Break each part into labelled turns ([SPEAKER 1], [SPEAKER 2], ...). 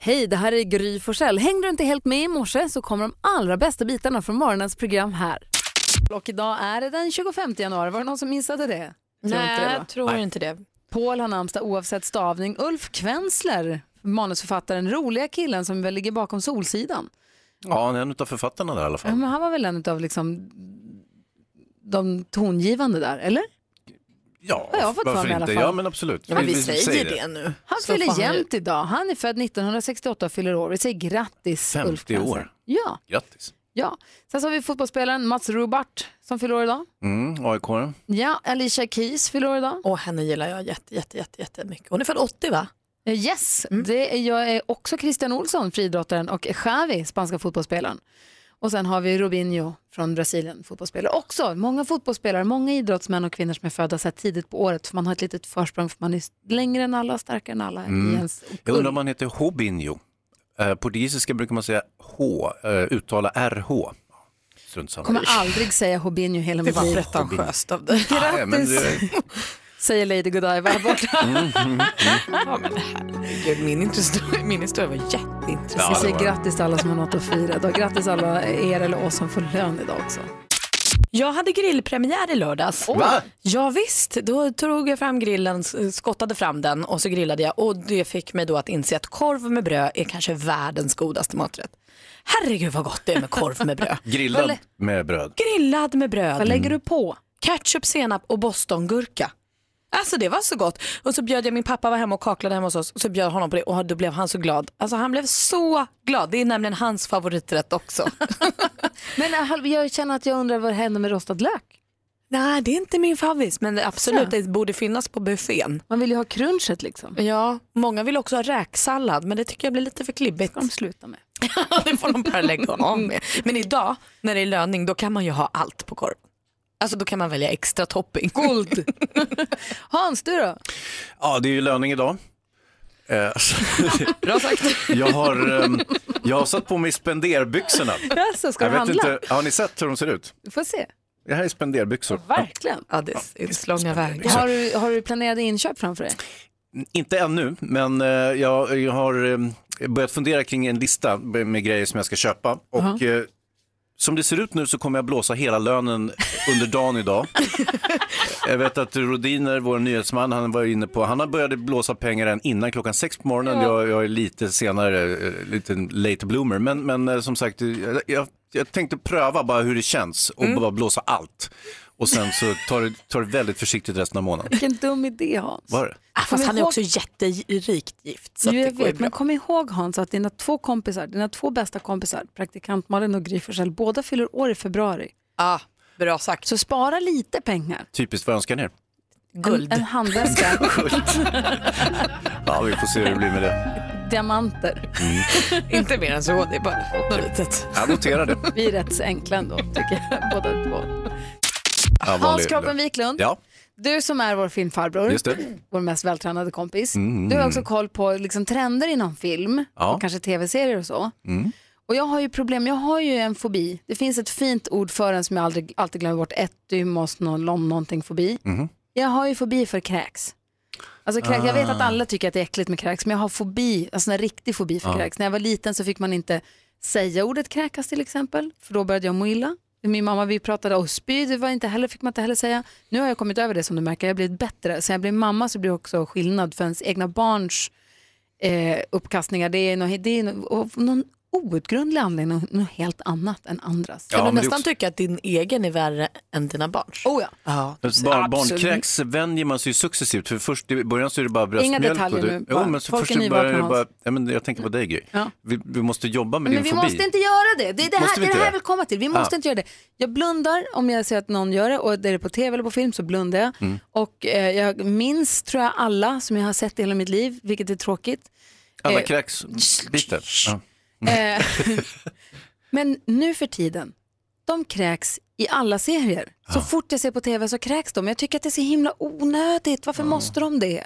[SPEAKER 1] Hej, det här är Gry Forssell. Hängde du inte helt med i morse så kommer de allra bästa bitarna från morgonens program här. Och idag är det den 25 januari. Var det någon som missade det?
[SPEAKER 2] Nej,
[SPEAKER 1] inte det, va?
[SPEAKER 2] jag tror inte det.
[SPEAKER 1] Paul har namnsdag oavsett stavning. Ulf Kvensler, manusförfattaren, roliga killen som väl ligger bakom Solsidan.
[SPEAKER 3] Ja, han är en av författarna där i alla
[SPEAKER 1] Ja,
[SPEAKER 3] fall.
[SPEAKER 1] men han var väl en av liksom, de tongivande där, eller?
[SPEAKER 3] Ja,
[SPEAKER 1] har jag fått för
[SPEAKER 3] varför
[SPEAKER 1] mig i alla
[SPEAKER 3] inte?
[SPEAKER 1] fall.
[SPEAKER 3] Ja, men absolut.
[SPEAKER 2] nu.
[SPEAKER 1] Han
[SPEAKER 2] Så får
[SPEAKER 1] fyller
[SPEAKER 2] han
[SPEAKER 1] jämnt idag. Han är född 1968 och fyller år. Vi säger grattis
[SPEAKER 3] 50
[SPEAKER 1] Ulf Kvensler.
[SPEAKER 3] år.
[SPEAKER 1] Ja,
[SPEAKER 3] Grattis.
[SPEAKER 1] ja. Sen så har vi fotbollsspelaren Mats Rubart som fyller år idag.
[SPEAKER 3] Mm, AIK.
[SPEAKER 1] Ja, Alicia Keys fyller år idag.
[SPEAKER 2] Och henne gillar jag jätte, jätte, jätte, jättemycket. Hon är född 80 va?
[SPEAKER 1] Eh, Yes, det är, jag är också Christian Olsson, friidrottaren, och Xavi, spanska fotbollsspelaren. Och sen har vi Robinho från Brasilien, fotbollsspelare. Också många fotbollsspelare, många idrottsmän och kvinnor som är födda så här tidigt på året, för man har ett litet försprång, för man är längre än alla, starkare än alla. I ens
[SPEAKER 3] Mm. Jag undrar om han heter Hobinho. Eh, portugisiska brukar man säga H, eh, uttala RH. Strunt samma.
[SPEAKER 1] kommer aldrig säga Robinho hela
[SPEAKER 2] Det
[SPEAKER 1] mitt
[SPEAKER 2] var
[SPEAKER 1] liv.
[SPEAKER 2] pretentiöst av dig.
[SPEAKER 3] Nej, men det-
[SPEAKER 1] säger Lady Godiva här borta.
[SPEAKER 3] Mm.
[SPEAKER 2] Herregud, Min, historia, min historia var jätteintressant.
[SPEAKER 1] Vi
[SPEAKER 3] Ja, det
[SPEAKER 1] säger
[SPEAKER 3] var-
[SPEAKER 1] grattis till alla som har något att fira idag. Grattis alla er eller oss som får lön idag också.
[SPEAKER 2] Jag hade grillpremiär i lördags.
[SPEAKER 3] Va?
[SPEAKER 2] Ja, visst, då tog jag fram grillen, s- skottade fram den och så grillade jag och det fick mig då att inse att korv med bröd är kanske världens godaste maträtt. Herregud vad gott det är med korv med bröd.
[SPEAKER 3] Grillad med bröd.
[SPEAKER 2] Grillad med
[SPEAKER 1] Vad
[SPEAKER 2] bröd,
[SPEAKER 1] lägger du på?
[SPEAKER 2] ketchup, senap och bostongurka. Alltså det var så gott. Och så bjöd jag min pappa var hemma och kaklade hemma hos oss och så bjöd jag honom på det och då blev han så glad. Alltså han blev så glad. Det är nämligen hans favoriträtt också.
[SPEAKER 1] Men eh, halv- jag känner att jag undrar vad hände med rostad lök?
[SPEAKER 2] Nej, det är inte min favorit men absolut det borde finnas på buffén.
[SPEAKER 1] Man vill ju ha crunchet liksom.
[SPEAKER 2] Ja, många vill också ha räksallad men det tycker jag blir lite för klibbigt. Mm.
[SPEAKER 1] Ska de sluta med.
[SPEAKER 2] det får de bara lägga av med. Men idag när det är löning då kan man ju ha allt på korv. Alltså då kan man välja extra topping.
[SPEAKER 1] Guld! Hans, du då?
[SPEAKER 3] Ja, det är ju löning idag. Eh,
[SPEAKER 2] Bra sagt.
[SPEAKER 3] jag, har, ehm, jag har satt på mig spenderbyxorna.
[SPEAKER 1] Jaså, Alltså, ska
[SPEAKER 3] Jag
[SPEAKER 1] du
[SPEAKER 3] vet
[SPEAKER 1] handla?
[SPEAKER 3] inte, har ni sett hur de ser ut?
[SPEAKER 1] Vi får se.
[SPEAKER 3] Det här är spenderbyxor.
[SPEAKER 1] Verkligen.
[SPEAKER 2] Ja, det är långa vägar.
[SPEAKER 1] Har du, har du planerade inköp framför dig?
[SPEAKER 3] Inte ännu, men eh, jag, jag har eh, börjat fundera kring en lista med grejer som jag ska köpa. Och eh, som det ser ut nu så kommer jag blåsa hela lönen under dagen idag. jag vet att Rodiner, vår nyhetsman, han var inne på, han har börjat blåsa pengar än innan klockan sex på morgonen. Jag, jag är lite senare, eh, lite late bloomer. Men, men eh, som sagt, eh, jag, jag tänkte pröva bara hur det känns och bara blåsa allt. Och sen så tar det, tar det väldigt försiktigt resten av månaden.
[SPEAKER 1] Vilken dum idé Hans.
[SPEAKER 3] Var det?
[SPEAKER 2] Ah,
[SPEAKER 1] Kom
[SPEAKER 2] fast han är
[SPEAKER 1] ihåg-
[SPEAKER 2] också jätterikt gift. Så
[SPEAKER 1] Jo,
[SPEAKER 2] att det
[SPEAKER 1] jag
[SPEAKER 2] går ju
[SPEAKER 1] vet,
[SPEAKER 2] bra.
[SPEAKER 1] men kom ihåg Hans att dina två kompisar, dina två bästa kompisar, praktikant Malin och Gry Forssell, båda fyller år i februari.
[SPEAKER 2] Ah, bra sagt.
[SPEAKER 1] Så spara lite pengar.
[SPEAKER 3] Typiskt vad jag önskar ner.
[SPEAKER 2] Guld.
[SPEAKER 1] En handväska,
[SPEAKER 3] Ja, vi får se hur det blir med det.
[SPEAKER 1] diamanter.
[SPEAKER 2] inte mer än så. Det är bara något litet.
[SPEAKER 3] Jag noterar det.
[SPEAKER 1] Vi är rätt så enkla ändå, tycker jag. Båda två.
[SPEAKER 3] Ja,
[SPEAKER 1] Hans
[SPEAKER 3] vanlig-
[SPEAKER 1] Kroppen Wiklund,
[SPEAKER 3] Ja,
[SPEAKER 1] du som är vår filmfarbror,
[SPEAKER 3] just det. Mm.
[SPEAKER 1] vår mest vältränade kompis. Du har också koll på liksom, trender inom film
[SPEAKER 3] Ja. Mm.
[SPEAKER 1] och kanske tv-serier och så. Och jag har ju problem, jag har ju en fobi. Det finns ett fint ord för den som jag aldrig, alltid glömmer bort, etymos någon, någonting fobi. Jag har ju fobi för kräks. Alltså kräks, jag vet att alla tycker att det är äckligt med kräks, men jag har fobi, alltså en riktig fobi för kräks. När jag var liten så fick man inte säga ordet kräkas till exempel, för då började jag må illa. Min mamma, vi pratade om spy, det var inte heller, fick man inte heller säga. Nu har jag kommit över det som du märker, jag har blivit bättre. Sen jag blev mamma så blir det också skillnad för ens egna barns eh, uppkastningar. Det är, någon, det är någon, av någon outgrundlig anledning, något, något helt annat än andras.
[SPEAKER 3] Ja,
[SPEAKER 2] Kan
[SPEAKER 3] men
[SPEAKER 2] du
[SPEAKER 3] det är
[SPEAKER 2] nästan
[SPEAKER 3] också-
[SPEAKER 2] tycka att din egen är värre än dina barns?
[SPEAKER 1] Oh, ja.
[SPEAKER 2] Ja.
[SPEAKER 3] Barn, barnkräks vänjer man sig ju successivt. För först i början så är det bara bröstmjölk.
[SPEAKER 1] detaljer
[SPEAKER 3] och det,
[SPEAKER 1] nu, bara.
[SPEAKER 3] Jo, men så
[SPEAKER 1] Folk
[SPEAKER 3] först
[SPEAKER 1] är
[SPEAKER 3] i början är det
[SPEAKER 1] nyvakna,
[SPEAKER 3] bara, ja, men jag tänker på dig Gry.
[SPEAKER 1] Ja.
[SPEAKER 3] Vi, vi måste jobba med
[SPEAKER 1] Men
[SPEAKER 3] din
[SPEAKER 1] vi
[SPEAKER 3] fobi.
[SPEAKER 1] måste inte göra det. Det är det här,
[SPEAKER 3] Måste vi
[SPEAKER 1] det är det
[SPEAKER 3] inte
[SPEAKER 1] här
[SPEAKER 3] det?
[SPEAKER 1] vi kommer till. Vi måste
[SPEAKER 3] Ah.
[SPEAKER 1] inte göra det. Jag blundar om jag ser att någon gör det och det är det på tv eller på film så blundar jag.
[SPEAKER 3] Mm.
[SPEAKER 1] Och eh, jag minns, tror jag, alla som jag har sett i hela mitt liv, vilket är tråkigt.
[SPEAKER 3] Alla
[SPEAKER 1] eh,
[SPEAKER 3] kräksbitar. Ja. Mm.
[SPEAKER 1] Eh, Men nu för tiden, de kräks i alla serier. Så fort jag ser på tv så kräks de. Jag tycker att det är så himla onödigt. Varför måste de det?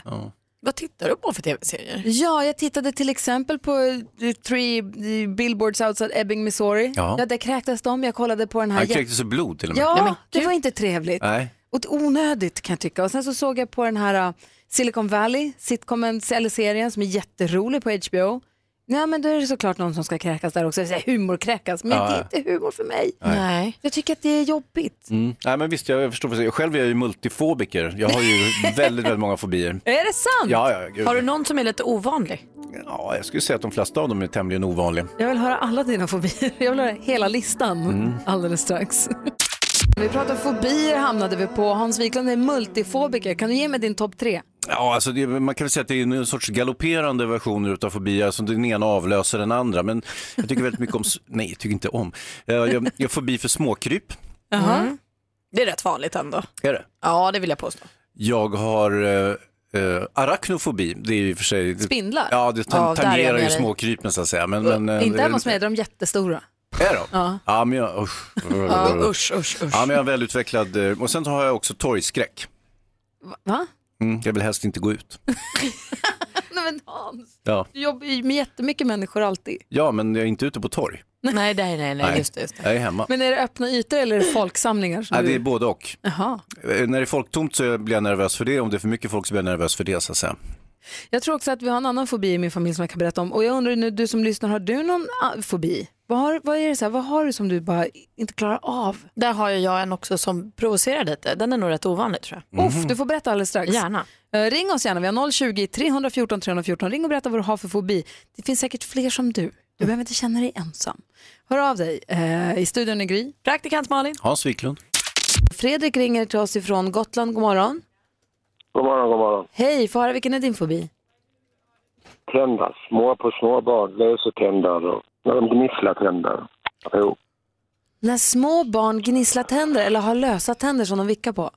[SPEAKER 2] Vad tittar du på för tv-serier?
[SPEAKER 1] Ja, jag tittade till exempel på eh, Three Billboards Outside Ebbing, Missouri.
[SPEAKER 3] Ja.
[SPEAKER 1] Ja, där kräktes de. Jag kollade på den här.
[SPEAKER 3] Han
[SPEAKER 1] jä-
[SPEAKER 3] kräktes i blod till och med.
[SPEAKER 1] Ja,
[SPEAKER 2] men
[SPEAKER 1] det
[SPEAKER 2] gud.
[SPEAKER 1] var inte trevligt.
[SPEAKER 3] Nej.
[SPEAKER 1] Och onödigt kan jag tycka. Och sen så såg jag äh, på den här uh, Silicon Valley, sitcomen eller serien som är jätterolig på HBO. Ja, men då är det såklart någon som ska kräkas där också. Jag säger humorkräkas, men
[SPEAKER 3] Ja,
[SPEAKER 1] det
[SPEAKER 3] ja.
[SPEAKER 1] är inte humor för mig.
[SPEAKER 2] Nej.
[SPEAKER 1] Jag tycker att det är jobbigt.
[SPEAKER 3] Mm. Nej, men visst, jag förstår. vad du säger. Själv är jag ju multifobiker. Jag har ju väldigt, väldigt många fobier.
[SPEAKER 1] Är det sant?
[SPEAKER 3] Ja, ja, gud.
[SPEAKER 2] Har du någon som är lite ovanlig?
[SPEAKER 3] ja, jag skulle säga att de flesta av dem är tämligen ovanliga.
[SPEAKER 1] Jag vill höra alla dina fobier. Jag vill höra hela listan alldeles strax. Vi pratar fobier hamnade vi på. Hans Wiklund är multifobiker. Kan du ge mig din topp tre?
[SPEAKER 3] Ja, alltså det, man kan väl säga att det är en sorts galopperande versioner av fobier, alltså den ena avlöser den andra. Men jag tycker väldigt mycket om, s- nej, jag tycker inte om. Eh, Jag, jag har fobi för småkryp.
[SPEAKER 2] Mm. Det är rätt vanligt ändå.
[SPEAKER 3] Är det?
[SPEAKER 2] Ja, det vill jag påstå.
[SPEAKER 3] Jag har eh, eh, arachnofobi, det är ju i och för sig...
[SPEAKER 1] Spindlar?
[SPEAKER 3] Ja, det
[SPEAKER 2] Ja,
[SPEAKER 3] tan-
[SPEAKER 2] där är jag
[SPEAKER 3] tangerar
[SPEAKER 2] med
[SPEAKER 3] ju
[SPEAKER 2] dig.
[SPEAKER 3] småkrypen så att säga. Men, men, eh,
[SPEAKER 1] Inte
[SPEAKER 3] det-
[SPEAKER 1] hemma hos mig, där är de jättestora.
[SPEAKER 3] Är de?
[SPEAKER 1] Ja.
[SPEAKER 3] Ja, men jag, usch.
[SPEAKER 2] Ja, usch, usch, usch.
[SPEAKER 3] Mm. Ja, men jag är välutvecklad. eh, Och sen så har jag också torgskräck.
[SPEAKER 1] Va?
[SPEAKER 3] Mm, jag vill helst inte gå ut.
[SPEAKER 1] Nej men Hans,
[SPEAKER 3] Ja,
[SPEAKER 1] du jobbar ju med jättemycket människor alltid.
[SPEAKER 3] ja men jag är inte ute på torg.
[SPEAKER 2] Nej, nej, nej, nej,
[SPEAKER 3] Nej.
[SPEAKER 2] just det. Just det.
[SPEAKER 3] Jag är hemma.
[SPEAKER 1] Men är det öppna ytor eller är det folksamlingar? Som
[SPEAKER 3] Ja, det är
[SPEAKER 1] du...
[SPEAKER 3] både och.
[SPEAKER 1] Jaha.
[SPEAKER 3] Eh, När det är folktomt så blir jag nervös för det. Om det är för mycket folk så blir jag nervös för det. Så att säga.
[SPEAKER 1] Jag tror också att vi har en annan fobi i min familj som jag kan berätta om. Och jag undrar nu, du som lyssnar, har du någon ah, fobi? Vad har, vad, är det så här, vad har du som du bara inte klarar av?
[SPEAKER 3] Mhm.
[SPEAKER 2] Där har ju jag en också som provocerar lite. Den är nog rätt ovanlig tror jag.
[SPEAKER 1] Uff, du får berätta alldeles strax.
[SPEAKER 2] Gärna.
[SPEAKER 1] Eh, Ring oss gärna, vi har 020-314 314. Ring och berätta vad du har för fobi. Det finns säkert fler som du. Du behöver inte känna dig ensam. Hör av dig. Eh, I studion är Gry.
[SPEAKER 2] Praktikant Malin.
[SPEAKER 3] Hans Wiklund.
[SPEAKER 1] Fredrik ringer till oss ifrån Gotland. God morgon.
[SPEAKER 4] God morgon, god morgon.
[SPEAKER 1] Hej, få höra vilken är din fobi?
[SPEAKER 4] Tänder. Små på småbarn, lösetänder och när de gnisslar tänder. Jo.
[SPEAKER 1] När små barn gnisslar tänder eller har lösa tänder som de vickar på.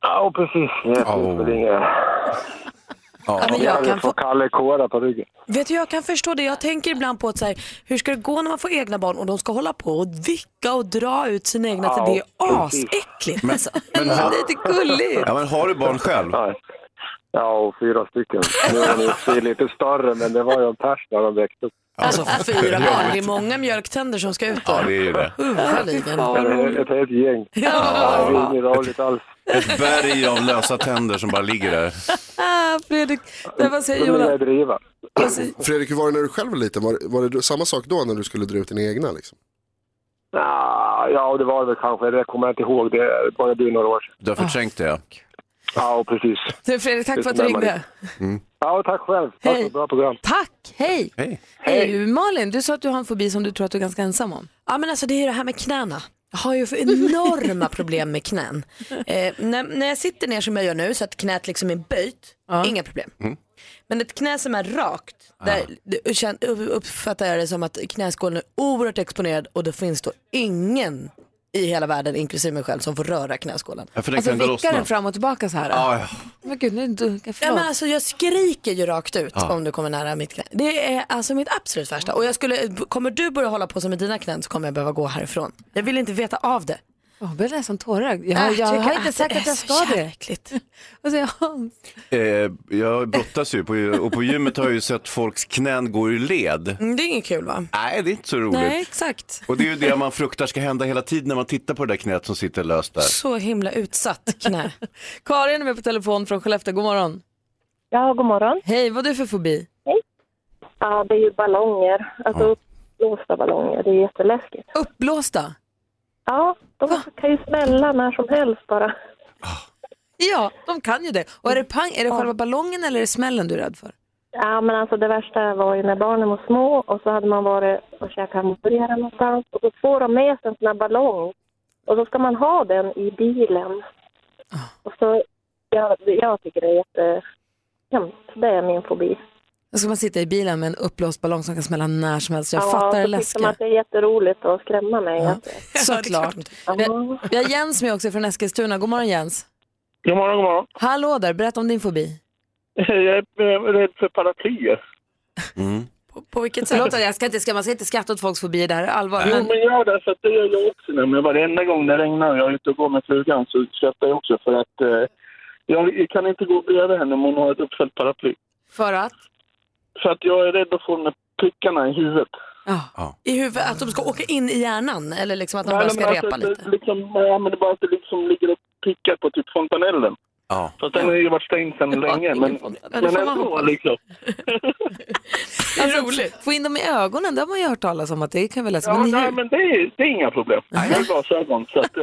[SPEAKER 4] Ja, och precis. Det
[SPEAKER 3] Au.
[SPEAKER 4] finns väl inget.
[SPEAKER 2] Ja, men jag
[SPEAKER 4] Jag
[SPEAKER 2] kan
[SPEAKER 4] får
[SPEAKER 2] få...
[SPEAKER 4] Kalle Kåra på ryggen.
[SPEAKER 2] Vet du, jag kan förstå det. Jag tänker ibland på att så här, hur ska det gå när man får egna barn och de ska hålla på och vicka och dra ut sina egna tänder. Det är
[SPEAKER 4] Ja,
[SPEAKER 2] asäckligt alltså.
[SPEAKER 3] Men, har,
[SPEAKER 1] Det är lite gulligt.
[SPEAKER 3] ja, men har du barn själv?
[SPEAKER 4] Nej. Ja, och fyra stycken. Nu är de i och för sig lite större, men det var ju en pers när de växte upp.
[SPEAKER 2] Alltså fyra barn, det är många mjölktänder som ska ut
[SPEAKER 3] Ja,
[SPEAKER 2] där.
[SPEAKER 3] det är ju det.
[SPEAKER 2] Uva, liven.
[SPEAKER 4] Det är Ett helt gäng. Ja, det är inget roligt alls.
[SPEAKER 3] Ett berg av lösa tänder som bara ligger där.
[SPEAKER 1] Ah, Fredrik, där, vad säger
[SPEAKER 4] Men nu är jag
[SPEAKER 1] Jonas?
[SPEAKER 4] driva.
[SPEAKER 1] Vad säger-
[SPEAKER 5] Fredrik, hur var det när du själv var liten? Var, var det då- samma sak då när du skulle dra ut dina egna? Liksom?
[SPEAKER 4] Ja, ja, det var det väl kanske. Det kommer jag inte ihåg. Det började bli några år sedan.
[SPEAKER 3] Du har förträngt det.
[SPEAKER 4] Ja, och precis.
[SPEAKER 1] Du, Fredrik, tack för att du
[SPEAKER 4] Det är så
[SPEAKER 1] ringde.
[SPEAKER 4] Ja, och tack själv. Tack för
[SPEAKER 1] Hej.
[SPEAKER 4] ett bra program.
[SPEAKER 1] Tack, hej.
[SPEAKER 3] Hej.
[SPEAKER 1] Hej. Malin, du sa att du har en fobi som du tror att du är ganska ensam om.
[SPEAKER 2] Ja men alltså det är ju det här med knäna. Jag har ju för enorma problem med knän. Eh, när, när jag sitter ner som jag gör nu så att knät liksom är böjt, inga problem. Men ett knä som är rakt, där det- kän- upp- uppfattar jag det som att knäskålen är oerhört exponerad och det finns då ingen i hela världen, inklusive mig själv, som får röra knäskålen.
[SPEAKER 3] Ja, för den
[SPEAKER 1] Alltså
[SPEAKER 3] kan väl
[SPEAKER 1] vickar
[SPEAKER 3] lossna.
[SPEAKER 1] den fram och tillbaka så här?
[SPEAKER 3] Ja, ja.
[SPEAKER 1] Men gud, nu dunkar
[SPEAKER 2] Ja, men
[SPEAKER 1] förlåt.
[SPEAKER 2] alltså, jag skriker ju rakt ut om du kommer nära mitt knä. Det är alltså mitt absolut värsta. Och jag skulle, kommer du börja hålla på som med dina knän så kommer jag behöva gå härifrån. Jag vill inte veta av det.
[SPEAKER 1] Jag blir nästan tårögd. Jag,
[SPEAKER 2] Ah, tycker
[SPEAKER 1] jag har
[SPEAKER 2] att
[SPEAKER 1] inte sagt
[SPEAKER 2] det
[SPEAKER 1] Äh, att
[SPEAKER 2] är
[SPEAKER 1] jag
[SPEAKER 2] så
[SPEAKER 1] ska
[SPEAKER 2] jävla
[SPEAKER 1] det.
[SPEAKER 2] äckligt.
[SPEAKER 1] Vad säger Hans?
[SPEAKER 3] Eh, jag brottas ju på, och på gymmet har jag ju sett folks knän gå ur led.
[SPEAKER 2] Mm, Det är inget kul va?
[SPEAKER 3] Nej, det är inte så roligt.
[SPEAKER 2] Nej, exakt.
[SPEAKER 3] Och det är ju det man fruktar ska hända hela tiden när man tittar på det där knät som sitter löst där.
[SPEAKER 2] Så himla utsatt knä.
[SPEAKER 1] Karin är med på telefon från Skellefteå. God morgon.
[SPEAKER 6] Ja, god morgon.
[SPEAKER 1] Hej, vad är du för fobi?
[SPEAKER 6] Ja, det är ju ballonger. Alltså
[SPEAKER 3] Ja.
[SPEAKER 6] uppblåsta ballonger. Det är jätteläskigt.
[SPEAKER 1] Uppblåsta?
[SPEAKER 6] Ja, de kan ju smälla när som helst bara.
[SPEAKER 1] Ja, de kan ju det. Och är det pang, är det själva ballongen eller är det smällen du är rädd för?
[SPEAKER 6] Ja, men alltså det värsta var ju när barnen var små och så hade man varit och käkat hamburgare någonstans och så får de med sig en sån här ballong och så ska man ha den i bilen.
[SPEAKER 1] Ah.
[SPEAKER 6] Och så, jag, jag tycker det är jättehemskt. Det är min fobi.
[SPEAKER 1] Då ska man sitta i bilen med en uppblåst ballong som kan smälla när som helst. Jag
[SPEAKER 6] ja,
[SPEAKER 1] fattar det
[SPEAKER 6] så tycker de
[SPEAKER 1] läskiga.
[SPEAKER 6] att det är jätteroligt att skrämma mig.
[SPEAKER 1] Ja.
[SPEAKER 6] Alltså.
[SPEAKER 1] Såklart. Vi har, vi har Jens med också från Eskilstuna. God morgon Jens.
[SPEAKER 7] God morgon, god morgon.
[SPEAKER 1] Hallå där, berätta om din fobi.
[SPEAKER 7] Jag är eh, rädd för paraplyer.
[SPEAKER 3] Mm.
[SPEAKER 2] På, på vilket sätt?
[SPEAKER 1] Förlåt, jag ska inte, ska, man ska inte skratta åt folks fobier, det här är allvar.
[SPEAKER 7] Jo,
[SPEAKER 1] Men,
[SPEAKER 7] men jag är där för att det gör jag också nämligen. Varenda gång det regnar och jag är ute och går med flugan så skrattar jag också för att eh, jag kan inte gå bredvid henne om hon har ett uppfällt paraply.
[SPEAKER 1] för att?
[SPEAKER 7] För att jag är rädd att få de där prickarna i huvudet.
[SPEAKER 1] Ja.
[SPEAKER 2] I huvudet, att de ska åka in i hjärnan eller liksom att de
[SPEAKER 7] Nej,
[SPEAKER 2] bara
[SPEAKER 7] men
[SPEAKER 2] ska
[SPEAKER 7] alltså
[SPEAKER 2] repa
[SPEAKER 7] att det
[SPEAKER 2] lite.
[SPEAKER 7] Liksom, ja, men det är bara att det liksom ligger och prickar på typ fontanellen.
[SPEAKER 3] Ja.
[SPEAKER 7] Fast den har ju varit stängd sedan länge. Men,
[SPEAKER 1] det
[SPEAKER 7] men
[SPEAKER 1] får man
[SPEAKER 7] ändå
[SPEAKER 1] hoppas.
[SPEAKER 7] liksom.
[SPEAKER 1] Alltså, Få in dem i ögonen, det har man ju hört talas om att det kan vi läsa.
[SPEAKER 7] Ja,
[SPEAKER 1] Men i
[SPEAKER 7] nej,
[SPEAKER 1] huvudet.
[SPEAKER 7] men det är, det är inga problem. Jag har glasögon. Så att, eh,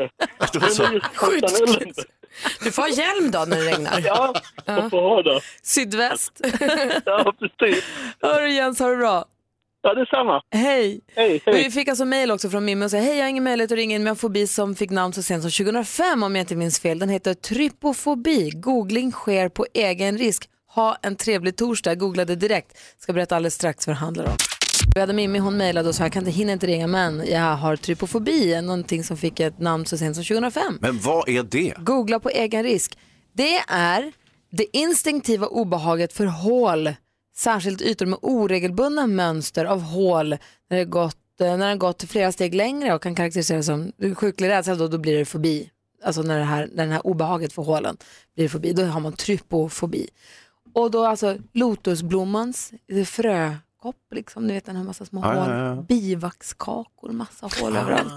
[SPEAKER 3] Det var så.
[SPEAKER 7] men just fontanellen,
[SPEAKER 1] Du får ha hjälm då när det regnar.
[SPEAKER 7] Ja, jag får ha det.
[SPEAKER 1] Sydväst.
[SPEAKER 7] Ja, precis.
[SPEAKER 1] Hörru Jens, ha det bra.
[SPEAKER 7] Ja, detsamma.
[SPEAKER 1] Hej.
[SPEAKER 7] Hej,
[SPEAKER 1] Men
[SPEAKER 7] hej.
[SPEAKER 1] Vi fick alltså mejl också från Mimmi och sa hej jag har ingen möjlighet att ringa in men jag har fobi som fick namn så sent som 2005 om jag inte minns fel. Den heter trypofobi. Googling sker på egen risk. Ha en trevlig torsdag. Googlade direkt. Ska berätta alldeles strax vad det handlar om. Vi hade Mimmi, hon mejlade och sa jag kan inte hinna inte ringa men jag har trypofobi. Någonting som fick ett namn så sent som 2005.
[SPEAKER 3] Men vad är det?
[SPEAKER 1] Googla på egen risk. Det är det instinktiva obehaget för hål, särskilt ytor med oregelbundna mönster av hål när det gått, eh, när det gått flera steg längre och kan karaktäriseras som sjuklig rädsla, då, då blir det fobi. Alltså när det här, när det här obehaget för hålen blir fobi, då har man trypofobi. Och då alltså lotusblommans eh, frökopp, liksom, ni vet den har massa små
[SPEAKER 3] Ja,
[SPEAKER 1] hål,
[SPEAKER 3] ja, Ah. ja.
[SPEAKER 1] bivaxkakor, massa hål överallt.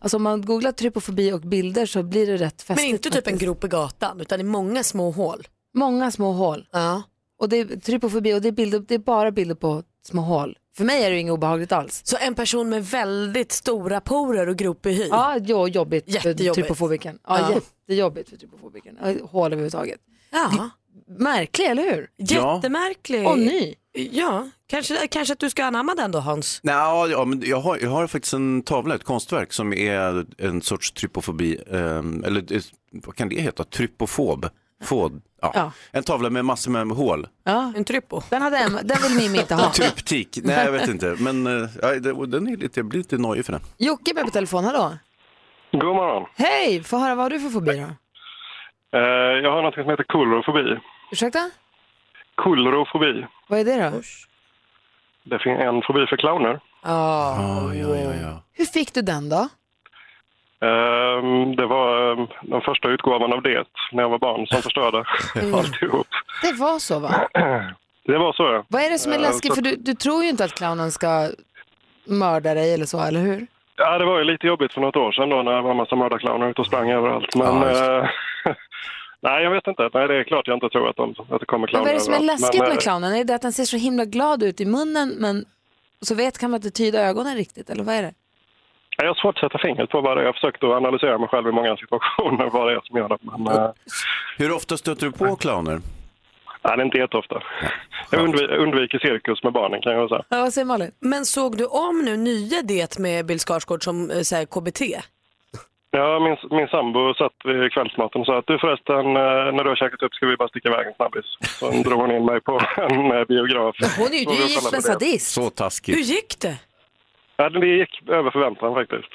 [SPEAKER 1] Alltså om man googlar trypofobi och bilder så blir det rätt
[SPEAKER 2] Men
[SPEAKER 1] festligt.
[SPEAKER 2] inte typ en
[SPEAKER 1] faktiskt.
[SPEAKER 2] grop i gatan, utan det är många små hål.
[SPEAKER 1] Många små hål.
[SPEAKER 2] Ja.
[SPEAKER 1] Och det är trypofobi och det är, bilder, det är bara bilder på små hål. För mig är det ju inget obehagligt alls.
[SPEAKER 2] Så en person med väldigt stora porer och grop i hy.
[SPEAKER 1] Ja, jo, jobbigt för
[SPEAKER 2] Jättejobbigt.
[SPEAKER 1] trypofobiken. Ja,
[SPEAKER 2] Ja.
[SPEAKER 1] jättejobbigt för trypofobiken. Ja, Hål överhuvudtaget.
[SPEAKER 2] Ja.
[SPEAKER 1] Märklig, eller hur?
[SPEAKER 3] Ja.
[SPEAKER 2] Jättemärklig.
[SPEAKER 1] Och ny.
[SPEAKER 2] Ja, kanske, kanske att du ska anamma den då Hans.
[SPEAKER 3] Nå, ja, men jag, har, jag har faktiskt en tavla, ett konstverk som är en sorts trypofobi, ehm, eller eh, vad kan det heta, trypofob? Fod, ja.
[SPEAKER 1] Ja.
[SPEAKER 3] En tavla med massor med hål.
[SPEAKER 1] Ja.
[SPEAKER 2] En trypo.
[SPEAKER 1] Den, hade Emma, den vill Mimmi inte ha.
[SPEAKER 3] Tryptik, nej jag vet inte. Men eh, ja, det- den är lite, jag blir lite nojig för den.
[SPEAKER 1] Jocke är med på telefon, hallå.
[SPEAKER 8] God morgon.
[SPEAKER 1] Hej, få höra vad har du för fobi då?
[SPEAKER 8] Eh, jag har något som heter kulrofobi.
[SPEAKER 1] Ursäkta?
[SPEAKER 8] Kulrofobi.
[SPEAKER 1] Vad är det då?
[SPEAKER 8] Det finns en fobi för clowner.
[SPEAKER 2] Ah.
[SPEAKER 3] Ja, ja, ja, ja.
[SPEAKER 1] Hur fick du den då?
[SPEAKER 8] Ehm, det var ehm, den första utgåvan av det när jag var barn som förstörde alltihop.
[SPEAKER 1] Det var så va?
[SPEAKER 8] Det var så ja.
[SPEAKER 1] Vad är det som är
[SPEAKER 8] Eh,
[SPEAKER 1] läskigt?
[SPEAKER 8] så-
[SPEAKER 1] För du, du tror ju inte att clownen ska mörda dig eller så, eller hur?
[SPEAKER 8] ja. Det var ju lite jobbigt för något år sedan då när det var en massa mördarclowner ute och sprang överallt. Men,
[SPEAKER 3] Ja, just
[SPEAKER 8] eh, nej, jag vet inte. Nej, det är klart jag inte tror att, de, att det kommer
[SPEAKER 1] Men
[SPEAKER 8] clowner
[SPEAKER 1] vad är det som är
[SPEAKER 8] överallt.
[SPEAKER 1] läskigt
[SPEAKER 8] Men,
[SPEAKER 1] med
[SPEAKER 8] eh,
[SPEAKER 1] clownen? Är det det att den ser så himla glad ut i munnen men så vet kan man inte tyda ögonen riktigt eller vad är det?
[SPEAKER 8] Jag har svårt att sätta fingret på vad det är. Jag har försökt att analysera mig själv i många situationer vad det är som gör det. Men, eh,
[SPEAKER 3] Hur ofta stöter du på clowner?
[SPEAKER 8] Nej, det är inte jätteofta. Jag undvi- undviker cirkus med barnen kan jag säga.
[SPEAKER 1] Ja, vad säger Malin?
[SPEAKER 2] Men såg du om nu nya det med Bill Skarsgård som eh, så här, KBT?
[SPEAKER 8] Ja, min, min sambo satt vid kvällsmaten och sa att du förresten, eh, när du har käkat upp ska vi bara sticka iväg en snabbis. Så drog hon in mig på en eh, biograf.
[SPEAKER 1] Hon är ju
[SPEAKER 8] Och vi
[SPEAKER 1] du är gift
[SPEAKER 8] kollade
[SPEAKER 1] med en
[SPEAKER 8] på det.
[SPEAKER 1] sadist.
[SPEAKER 3] Så
[SPEAKER 2] Hur
[SPEAKER 3] taskigt.
[SPEAKER 2] gick det?
[SPEAKER 8] Ja, det gick över förväntan faktiskt.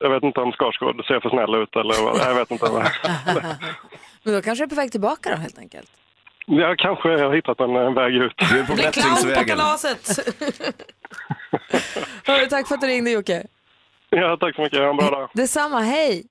[SPEAKER 8] Jag vet inte om Skarsgård ser för snäll ut eller vad. Jag vet inte.
[SPEAKER 1] Men då kanske du är på väg tillbaka då helt enkelt.
[SPEAKER 8] Jag kanske har hittat en, en väg ut.
[SPEAKER 3] Du är på
[SPEAKER 2] Bli clown på
[SPEAKER 3] bättringsvägen.
[SPEAKER 2] kalaset!
[SPEAKER 1] Hörru, tack för att du ringde Jocke.
[SPEAKER 8] Ja, tack så mycket. Ha en bra dag.
[SPEAKER 1] Detsamma, hej!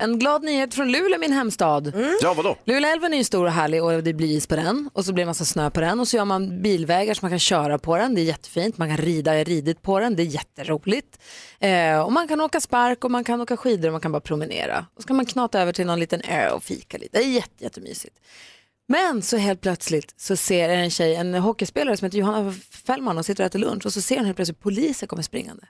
[SPEAKER 1] En glad nyhet från Luleå, min hemstad.
[SPEAKER 3] Ja, vadå?
[SPEAKER 1] Luleälven är ju stor och härlig och det blir is på den och så blir det massa snö på den och så gör man bilvägar så man kan köra på den, det är jättefint, man kan rida, jag har ridit på den, det är jätteroligt. Eh, och man kan åka spark och man kan åka skidor och man kan bara promenera. Och så kan man knata över till någon liten ö och fika lite, det är jätte, jättemysigt. Men så helt plötsligt så ser en tjej, en hockeyspelare som heter Johanna Fällman, hon sitter och äter lunch och så ser hon helt plötsligt poliser komma springande.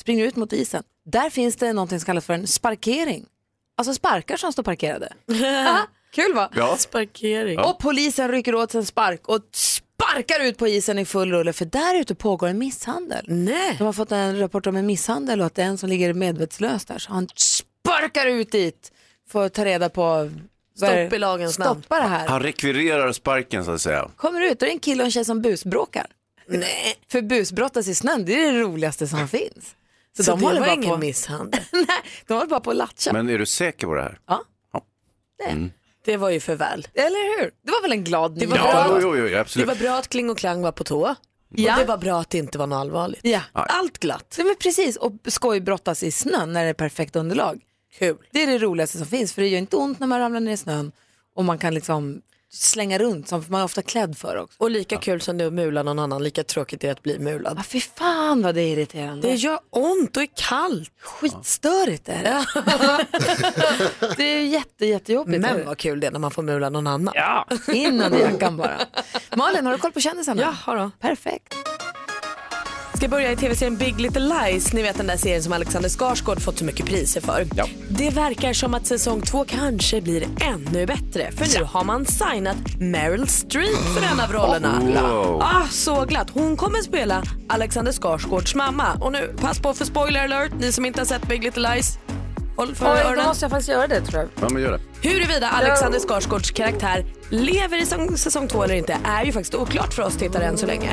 [SPEAKER 1] Springer ut mot isen. Där finns det någonting som kallas för en sparkering. Alltså sparkar som står parkerade. Aha, kul va?
[SPEAKER 3] Ja.
[SPEAKER 2] Sparkering.
[SPEAKER 1] Och polisen rycker åt sig en spark och sparkar ut på isen i full rulle för där ute pågår en misshandel.
[SPEAKER 2] Nej.
[SPEAKER 1] De har fått en rapport om en misshandel och att det är en som ligger medvetslös där så han sparkar ut dit för att ta reda på vad är det-
[SPEAKER 2] Stopp i lagens namn.
[SPEAKER 1] stoppa det här.
[SPEAKER 3] Han rekvirerar sparken så att säga.
[SPEAKER 1] Kommer ut och det är en kille och en tjej som busbråkar.
[SPEAKER 2] Nej,
[SPEAKER 1] För busbrottas i snön, det är det roligaste som finns. Så,
[SPEAKER 2] så
[SPEAKER 1] de,
[SPEAKER 2] det
[SPEAKER 1] håller
[SPEAKER 2] var
[SPEAKER 1] bara
[SPEAKER 2] ingen
[SPEAKER 1] på,
[SPEAKER 2] misshandel.
[SPEAKER 1] nej, de håller bara på att latcha.
[SPEAKER 3] Men är du säker på det här?
[SPEAKER 2] Det var ju för väl.
[SPEAKER 1] Eller hur? Det var väl en glad nyhet?
[SPEAKER 2] var
[SPEAKER 3] Ja,
[SPEAKER 2] bra.
[SPEAKER 3] jo, jo, jo,
[SPEAKER 2] Det
[SPEAKER 3] absolut.
[SPEAKER 2] var bra att Kling och Klang var på tå.
[SPEAKER 1] Ja.
[SPEAKER 2] Det var bra att det inte var något allvarligt.
[SPEAKER 1] Ja.
[SPEAKER 2] Allt glatt.
[SPEAKER 1] Ja, men precis, och skojbrottas i snön när det är perfekt underlag.
[SPEAKER 2] Kul.
[SPEAKER 1] Det är det roligaste som finns för det gör inte ont när man ramlar ner i snön och man kan liksom slänga runt som man är ofta klädd för också.
[SPEAKER 2] Och lika kul som det är att mula någon annan, lika tråkigt är det att bli mulad.
[SPEAKER 1] Ja, fy fan vad det är irriterande.
[SPEAKER 2] Det gör ont och är kallt.
[SPEAKER 1] skitstörigt det här. det är jätte, jättejobbigt.
[SPEAKER 2] Men vad kul det är när man får mula någon annan.
[SPEAKER 8] Ja.
[SPEAKER 1] In under jackan bara. Malin, har du koll på kändisarna?
[SPEAKER 2] Jaha då.
[SPEAKER 1] Perfekt.
[SPEAKER 2] Ska börja i tv-serien Big Little Lies, ni vet den där serien som Alexander Skarsgård fått så mycket priser för.
[SPEAKER 3] Ja.
[SPEAKER 2] Det verkar som att säsong två kanske blir ännu bättre för nu har man signat Meryl Streep för en av rollerna.
[SPEAKER 3] Oh, Wow.
[SPEAKER 2] Ah, så glatt! Hon kommer spela Alexander Skarsgårds mamma. Och nu, pass på för spoiler alert, ni som inte har sett Big Little Lies. Håll för
[SPEAKER 1] Oj, då
[SPEAKER 2] öronen.
[SPEAKER 1] måste jag faktiskt göra det tror jag.
[SPEAKER 3] Ja, men gör det.
[SPEAKER 2] Huruvida Alexander Skarsgårds karaktär lever i säsong, säsong två eller inte är ju faktiskt oklart för oss tittare än så länge.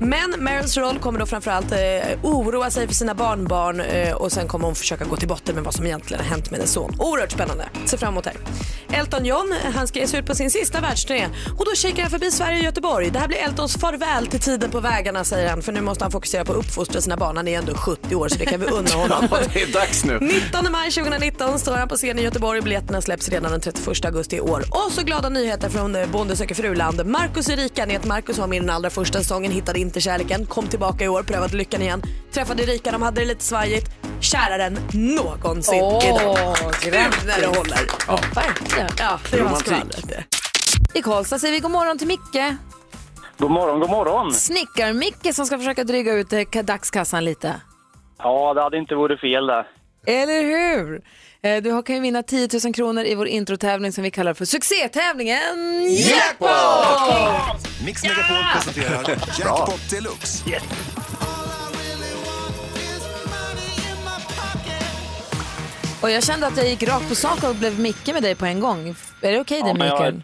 [SPEAKER 2] Men Meryls roll kommer då framförallt eh, oroa sig för sina barnbarn eh, och sen kommer hon försöka gå till botten med vad som egentligen har hänt med hennes son. Oerhört spännande. Se fram emot det. här. Elton John, eh, han ska ge sig ut på sin sista världsturné och då kikar han förbi Sverige och Göteborg. Det här blir Eltons farväl till tiden på vägarna säger han för nu måste han fokusera på att uppfostra sina barn. Han är ändå 70 år så det kan vi unna honom.
[SPEAKER 3] Det är dags nu.
[SPEAKER 2] 19 maj 2019 står han på scen i Göteborg. Biljetterna släpps redan den 31 augusti i år. Och så glada nyheter från eh, Bonde söker fruland. Marcus Erika, ni vet Marcus var med i den allra första säsongen, hittade inte kärleken, kom tillbaka i år, prövade lyckan igen, träffade Erika, de hade det lite svajigt. Kärare än någonsin idag. Grymt när det håller.
[SPEAKER 1] Ja. Verkligen.
[SPEAKER 2] Ja, det var
[SPEAKER 3] Romantik.
[SPEAKER 2] skvallret.
[SPEAKER 1] I Karlstad säger vi god morgon till Micke.
[SPEAKER 9] God morgon, god morgon.
[SPEAKER 1] Snickar-Micke som ska försöka dryga ut eh, dagskassan lite.
[SPEAKER 9] Ja, det hade inte varit fel där.
[SPEAKER 1] Eller hur? Eh, Du har- kan ju vinna 10 000 kronor i vår introtävling som vi kallar för succétävlingen Jackpot!
[SPEAKER 10] Mix Megapol presenterar Jackpot Deluxe.
[SPEAKER 1] Och jag kände att jag gick rakt på sak och blev Micke med dig på en gång. F- Är det okej det
[SPEAKER 9] men jag-
[SPEAKER 1] Mikael?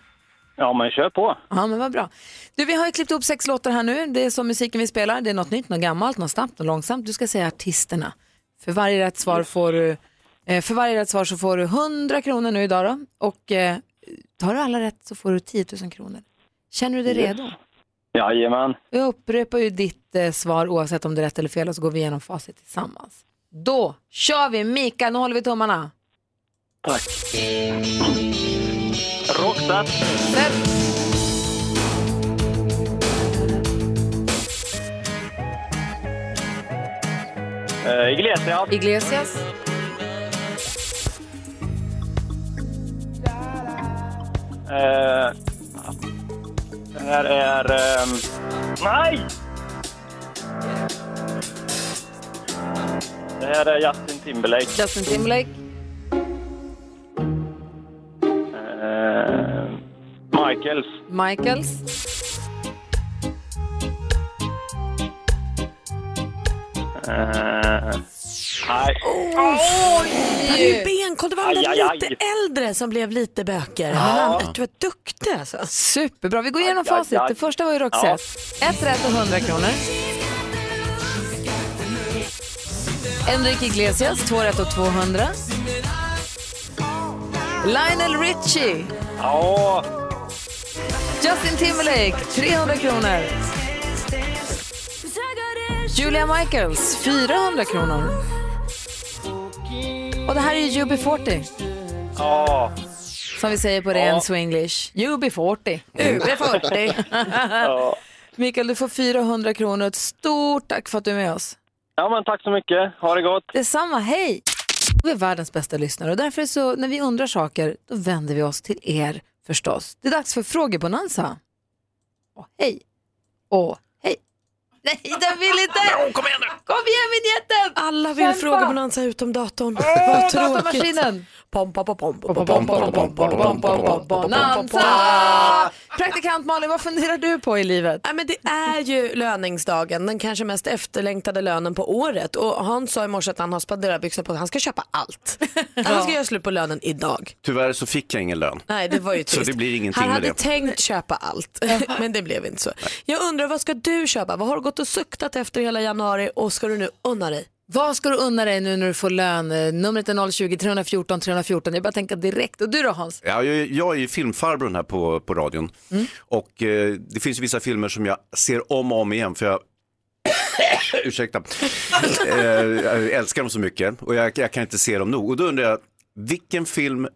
[SPEAKER 9] Ja, men kör på.
[SPEAKER 1] Ja men vad bra. Du vi har ju klippt ihop sex låtar här nu. Det är så musiken vi spelar. Det är något nytt, något gammalt, något snabbt, något långsamt. Du ska säga artisterna. För varje rätt svar får du, eh, för varje rätt svar så får du 100 kronor nu idag då. Och eh, tar du alla rätt så får du 10 000 kronor. Känner du dig redo?
[SPEAKER 9] Jajamän.
[SPEAKER 1] Jag upprepar ju ditt eh, svar oavsett om det är rätt eller fel och så går vi igenom facit tillsammans. Då kör vi! Mikael, nu håller vi tummarna.
[SPEAKER 9] Tack. Roxette. Eh, Iglesias.
[SPEAKER 1] Iglesias.
[SPEAKER 9] Eh, det här är... ehm, nej! Det här är Justin Timberlake.
[SPEAKER 1] Justin Timberlake.
[SPEAKER 9] Eh, Michaels.
[SPEAKER 1] Michaels.
[SPEAKER 9] Eh, nej.
[SPEAKER 2] Men det är ju Benkoll, det var den
[SPEAKER 9] Aj,
[SPEAKER 2] där
[SPEAKER 9] aj, aj.
[SPEAKER 2] lite äldre som blev lite bökigare. Men han, du var duktig alltså.
[SPEAKER 1] Superbra, vi går igenom
[SPEAKER 9] Aj, aj,
[SPEAKER 1] facit.
[SPEAKER 9] aj.
[SPEAKER 1] Det första var ju Roxette. Ett rätt och 100 kronor. Enrique Iglesias, två rätt och 200. Lionel Richie.
[SPEAKER 9] Ja,
[SPEAKER 1] Justin Timberlake, 300 kronor. Julia Michaels, 400 kronor. Och det här är ju UB40,
[SPEAKER 9] ja,
[SPEAKER 1] som vi säger på ren swenglish. UB40. UB40.
[SPEAKER 9] ja.
[SPEAKER 1] Mikael, du får 400 kronor. Ett stort tack för att du är med oss.
[SPEAKER 9] Ja, men tack så mycket. Ha det gott.
[SPEAKER 1] Detsamma, hej! Du är världens bästa lyssnare och därför så, när vi undrar saker, då vänder vi oss till er förstås. Det är dags för frågebonanza. Åh, hej! Åh, hej! Nej, den vill inte! Kom igen nu! Kom igen, vinjetten!
[SPEAKER 2] Alla vill
[SPEAKER 1] Kämpa!
[SPEAKER 2] fråga bonanza utom datorn. Vad tråkigt.
[SPEAKER 1] Datamaskinen!
[SPEAKER 2] Pom, pom, pom, pom, pom,
[SPEAKER 1] Bom,
[SPEAKER 2] pom,
[SPEAKER 1] bom,
[SPEAKER 2] pom,
[SPEAKER 1] bom,
[SPEAKER 2] pom, pom, pom, pom, pom,
[SPEAKER 1] bom, bom, bom, bom,
[SPEAKER 2] pom,
[SPEAKER 1] bom,
[SPEAKER 2] pom, pom,
[SPEAKER 1] Bonanza!
[SPEAKER 2] pom.
[SPEAKER 1] Praktikant Malin, vad funderar du på i livet?
[SPEAKER 2] Nej, men det är ju löningsdagen, den kanske mest efterlängtade lönen på året. Och Hans sa i morse att han har spenderarbyxor på, han ska köpa allt. Han ska göra slut på lönen idag.
[SPEAKER 3] Tyvärr så fick jag ingen lön.
[SPEAKER 2] Nej, det var ju
[SPEAKER 3] Så
[SPEAKER 2] trist.
[SPEAKER 3] det blir ingenting
[SPEAKER 2] han
[SPEAKER 3] med
[SPEAKER 2] hade
[SPEAKER 3] det.
[SPEAKER 2] tänkt köpa allt, men det blev inte så. Jag undrar, vad ska du köpa? Vad har du gått och suktat efter hela januari och ska du nu unna dig?
[SPEAKER 1] Vad ska du unna dig nu när du får lön? Eh, Numret är 020-314 314. Jag bara tänka direkt. Och du då Hans?
[SPEAKER 3] Ja, jag, jag är ju filmfarbrorn här på, på radion. Och eh, det finns ju vissa filmer som jag ser om och om igen för jag Ursäkta. eh, jag älskar dem så mycket och jag, jag kan inte se dem nog. Och då undrar jag, vilken film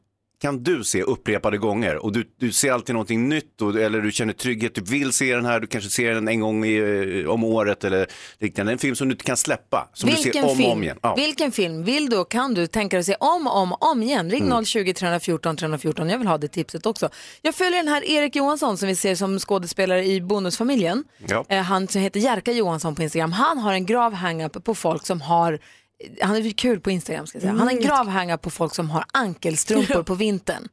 [SPEAKER 3] kan du se upprepade gånger och du, du ser alltid någonting nytt och, eller du känner trygghet, du vill se den här, du kanske ser den en gång i, eh, om året eller liknande. En film som du inte kan släppa, som du ser om
[SPEAKER 1] film,
[SPEAKER 3] och om igen. Ja.
[SPEAKER 1] vilken film vill du och kan du tänka dig att se om och om, och om igen? Ring
[SPEAKER 3] Mm.
[SPEAKER 1] 020 314 314, jag vill ha det tipset också. Jag följer den här Erik Johansson som vi ser som skådespelare i Bonusfamiljen.
[SPEAKER 11] Ja.
[SPEAKER 1] Eh, Han som heter Jerka Johansson på Instagram, han har en grav hang-up på folk som har eh, han är ju kul på Instagram ska jag säga. Han har en
[SPEAKER 11] Mm.
[SPEAKER 1] grav hang-up på folk som har ankelstrumpor på vintern.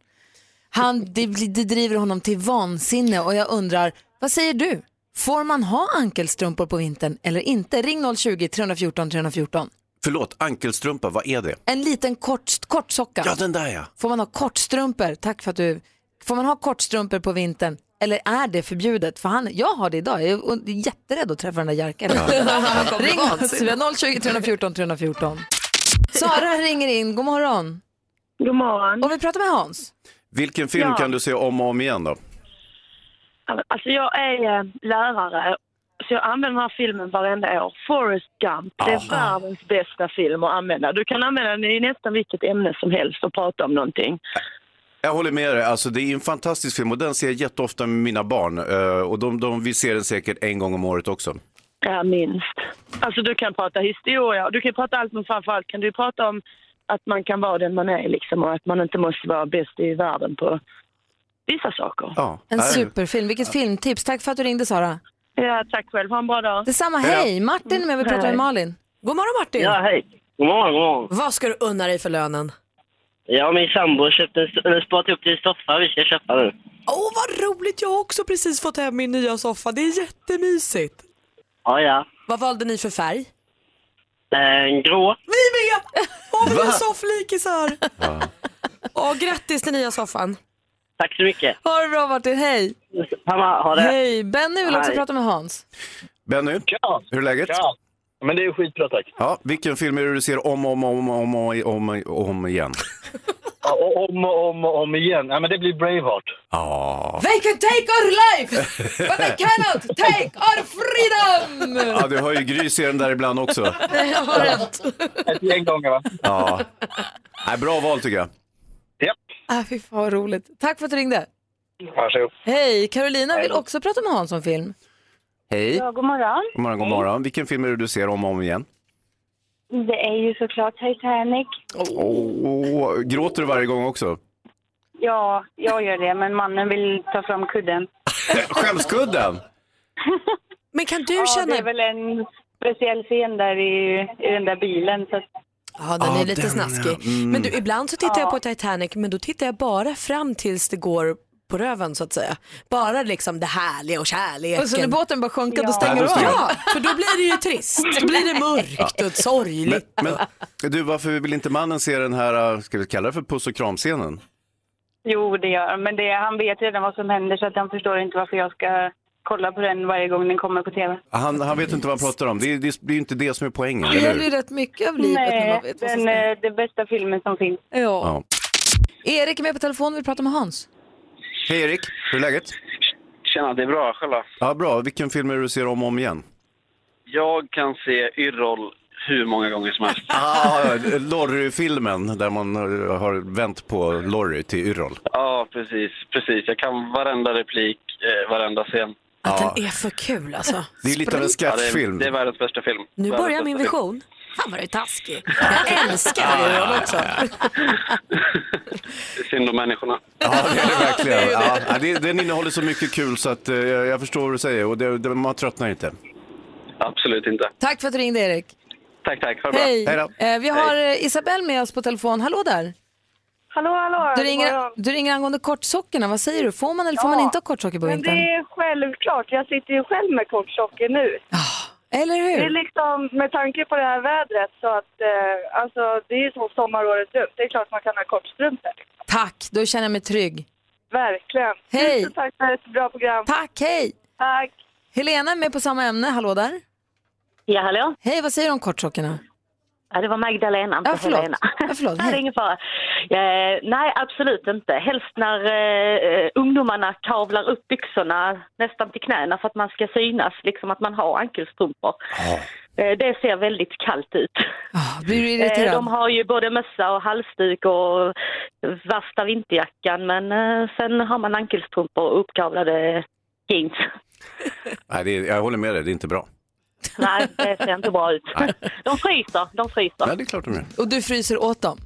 [SPEAKER 1] Han, det, blir- det driver honom till vansinne och jag undrar, vad säger du? Får man ha ankelstrumpor på vintern eller inte? Ring 020-314 314.
[SPEAKER 3] Förlåt, ankelstrumpa, vad är det?
[SPEAKER 1] En liten kort, kortsocka.
[SPEAKER 3] Ja, den där ja.
[SPEAKER 1] Får man ha kortstrumpor? Tack för att du... Får man ha kortstrumpor på vintern? Eller är det förbjudet? För han, jag har det idag. Jag är jätterädd att träffa den där Jerka.
[SPEAKER 11] Han kommer
[SPEAKER 1] Ring oss.
[SPEAKER 11] vansinnig.
[SPEAKER 1] Vi har 020 314 314. Sara ringer in. God morgon.
[SPEAKER 6] God morgon.
[SPEAKER 1] Och vi pratar med Hans.
[SPEAKER 3] Vilken film
[SPEAKER 6] Ja.
[SPEAKER 3] kan du se om och om igen då?
[SPEAKER 6] Alltså jag är eh, lärare, så jag använder den här filmen varenda år. Forrest Gump, det är världens bästa film att använda. Du kan använda den i nästan vilket ämne som helst och prata om någonting.
[SPEAKER 3] Jag håller med dig, alltså, det är en fantastisk film och den ser jag jätteofta med mina barn. eh, och de, de, vi ser den säkert en gång om året också.
[SPEAKER 6] Ja, minst. Alltså du kan prata historia, och du kan prata allt, men framförallt kan du prata om att man kan vara den man är liksom och att man inte måste vara bäst i världen på vissa saker.
[SPEAKER 3] Ja, Äh,
[SPEAKER 1] En superfilm. Vilket filmtips. Tack för att du ringde Sara.
[SPEAKER 6] Ja, tack själv. Ha en bra dag.
[SPEAKER 1] Detsamma. Hej. Martin är med. Vi pratar med
[SPEAKER 6] Hej.
[SPEAKER 1] Malin.
[SPEAKER 2] God morgon Martin!
[SPEAKER 6] Ja, hej.
[SPEAKER 12] God morgon, god morgon.
[SPEAKER 2] Vad ska du unna dig för lönen?
[SPEAKER 12] Jag och min sambo har köpt en, eller sparat upp till en soffa vi ska köpa nu.
[SPEAKER 2] Åh vad roligt, jag har också precis fått hem min nya soffa. Det är jättemysigt.
[SPEAKER 12] Ja, ja.
[SPEAKER 2] Vad valde ni för färg?
[SPEAKER 12] Eh, grå.
[SPEAKER 2] Vi vet! Åh vi är
[SPEAKER 12] Va?
[SPEAKER 2] sofflikisar! Åh grattis till nya soffan.
[SPEAKER 12] Tack så mycket.
[SPEAKER 1] Ha det bra Martin. Hej.
[SPEAKER 12] Samma, ha det.
[SPEAKER 1] Hej. Benny vill också
[SPEAKER 3] Hej.
[SPEAKER 1] prata med Hans.
[SPEAKER 3] Benny, hur är läget?
[SPEAKER 12] Tja.
[SPEAKER 3] Men det är skitbra tack. Ja, vilken film är det du ser om och om, om, om, om, om, om igen?
[SPEAKER 9] Ja, och om och om och om igen. Ja, men det blir Braveheart.
[SPEAKER 3] Ja.
[SPEAKER 1] They can take our life, but they cannot take our freedom!
[SPEAKER 3] Ja, du hör ju Gry ser den där ibland också.
[SPEAKER 1] Jag har rätt.
[SPEAKER 9] Ett gäng gånger va?
[SPEAKER 3] Ja. Nej, bra val tycker jag.
[SPEAKER 1] Ah, fy fan vad roligt. Tack för att du ringde.
[SPEAKER 3] Varsågod.
[SPEAKER 1] Hej, Carolina vill också prata med Hans om film.
[SPEAKER 3] Hej.
[SPEAKER 13] Ja, god morgon.
[SPEAKER 3] God morgon, god morgon. Vilken film är det du ser om och om igen?
[SPEAKER 13] Det är ju såklart Titanic.
[SPEAKER 3] Åh, gråter du varje gång också?
[SPEAKER 13] Ja, jag gör det, men mannen vill ta fram kudden.
[SPEAKER 3] Skämskudden!
[SPEAKER 2] Men kan du
[SPEAKER 13] ja,
[SPEAKER 2] känna-
[SPEAKER 13] det är väl en speciell scen där i, i den där bilen. Så att...
[SPEAKER 2] Ja, den är lite snaskig. Men du, ibland så tittar jag på Titanic men då tittar jag bara fram tills det går på röven så att säga. Bara liksom det härliga och kärleken.
[SPEAKER 1] Och så när båten börjar sjunka, då stänger
[SPEAKER 3] Ja,
[SPEAKER 1] du
[SPEAKER 3] då
[SPEAKER 1] av.
[SPEAKER 3] stänger du
[SPEAKER 2] Ja, för då blir det ju trist. Då blir det mörkt och sorgligt.
[SPEAKER 3] Men, men du, varför vill inte mannen se den här, eh, ska vi kalla det för puss och kramscenen?
[SPEAKER 13] Jo, det gör han. men det, han vet redan vad som händer så att han förstår inte varför jag ska kolla på den varje gång den kommer på tv.
[SPEAKER 3] Han, han vet inte vad han pratar om, det är, det är ju inte det som är poängen,
[SPEAKER 1] Det
[SPEAKER 3] eller
[SPEAKER 1] gäller
[SPEAKER 3] hur?
[SPEAKER 1] ju rätt mycket av livet när
[SPEAKER 13] Nej,
[SPEAKER 1] man vet vad som
[SPEAKER 13] den,
[SPEAKER 1] ska
[SPEAKER 13] eh, den bästa filmen som finns.
[SPEAKER 1] Ja.
[SPEAKER 3] Ja.
[SPEAKER 1] Erik är med på telefon, vill prata med Hans.
[SPEAKER 3] Hej Erik, hur är läget?
[SPEAKER 7] Tjena, det är bra. Själva?
[SPEAKER 3] Ja, bra. Vilken film är det du ser om och om igen?
[SPEAKER 7] Jag kan se Yrrol hur många gånger som helst.
[SPEAKER 3] Ah, Lorry-filmen där man eh, har vänt på Lorry till Yrrol.
[SPEAKER 7] Ja, precis. precis. Jag kan varenda replik, eh, varenda scen.
[SPEAKER 3] Ja,
[SPEAKER 2] är för kul alltså.
[SPEAKER 3] det är ju lite av en
[SPEAKER 7] Ja, det, är,
[SPEAKER 3] sketchfilm.
[SPEAKER 7] det är världens bästa film.
[SPEAKER 2] Nu
[SPEAKER 7] Världens
[SPEAKER 2] börjar min
[SPEAKER 7] bästa film.
[SPEAKER 2] vision. Fan vad du är taskig. Jag älskar det också.
[SPEAKER 7] Det är synd om människorna.
[SPEAKER 3] Ja, det är det verkligen. Ja, ja, det, den innehåller så mycket kul så att eh, jag jag förstår vad du säger och det, det, man tröttnar inte.
[SPEAKER 7] Absolut inte.
[SPEAKER 1] Tack för att du ringde Erik.
[SPEAKER 7] Tack, tack. Ha det bra.
[SPEAKER 1] Hej. Eh, vi har eh, Isabelle med oss på telefon. Hallå där.
[SPEAKER 13] Hallå, hallå.
[SPEAKER 1] Du
[SPEAKER 13] god
[SPEAKER 1] ringer,
[SPEAKER 13] morgon.
[SPEAKER 1] du ringer angående kortsockorna. Vad säger du? Får man eller får
[SPEAKER 13] Ja,
[SPEAKER 1] man inte ha kortsocker på
[SPEAKER 13] Men det
[SPEAKER 1] vintern?
[SPEAKER 13] är självklart. Jag sitter ju själv med kortsocker nu.
[SPEAKER 1] Eller hur?
[SPEAKER 13] Det är liksom, med tanke på det här vädret så att, eh, alltså det är ju så sommar året runt. Det är klart man kan ha kortstrumpor.
[SPEAKER 1] Tack, då känner jag mig trygg.
[SPEAKER 13] Verkligen.
[SPEAKER 1] Hej.
[SPEAKER 13] Tusen tack för ett bra program.
[SPEAKER 1] Tack, hej.
[SPEAKER 13] Tack.
[SPEAKER 1] Helena är med på samma ämne. Hallå där.
[SPEAKER 14] Ja, hallå.
[SPEAKER 1] Hej, vad säger du om kortsockorna?
[SPEAKER 14] Ja, det var Magdalena, inte
[SPEAKER 1] Ja, förlåt.
[SPEAKER 14] Helena.
[SPEAKER 1] Ja, förlåt.
[SPEAKER 14] Nej, det är ingen fara. Eh, nej, absolut inte. Helst när eh, ungdomarna kavlar
[SPEAKER 3] Ah.
[SPEAKER 14] upp byxorna nästan till knäna för att man ska synas, liksom att man har ankelstrumpor.
[SPEAKER 13] Eh, Det ser väldigt kallt ut.
[SPEAKER 1] Ah, blir du
[SPEAKER 13] Eh,
[SPEAKER 1] irriterad?
[SPEAKER 13] De har ju både mössa och halsduk och värsta vinterjackan men eh, sen har man ankelstrumpor och uppkavlade jeans.
[SPEAKER 3] Nej, det är, jag håller med dig, det är inte bra.
[SPEAKER 13] Nej, det ser inte bra ut.
[SPEAKER 3] Nej.
[SPEAKER 13] De fryser, de fryser.
[SPEAKER 3] Nej, det är klart de gör.
[SPEAKER 1] Och du fryser åt dem?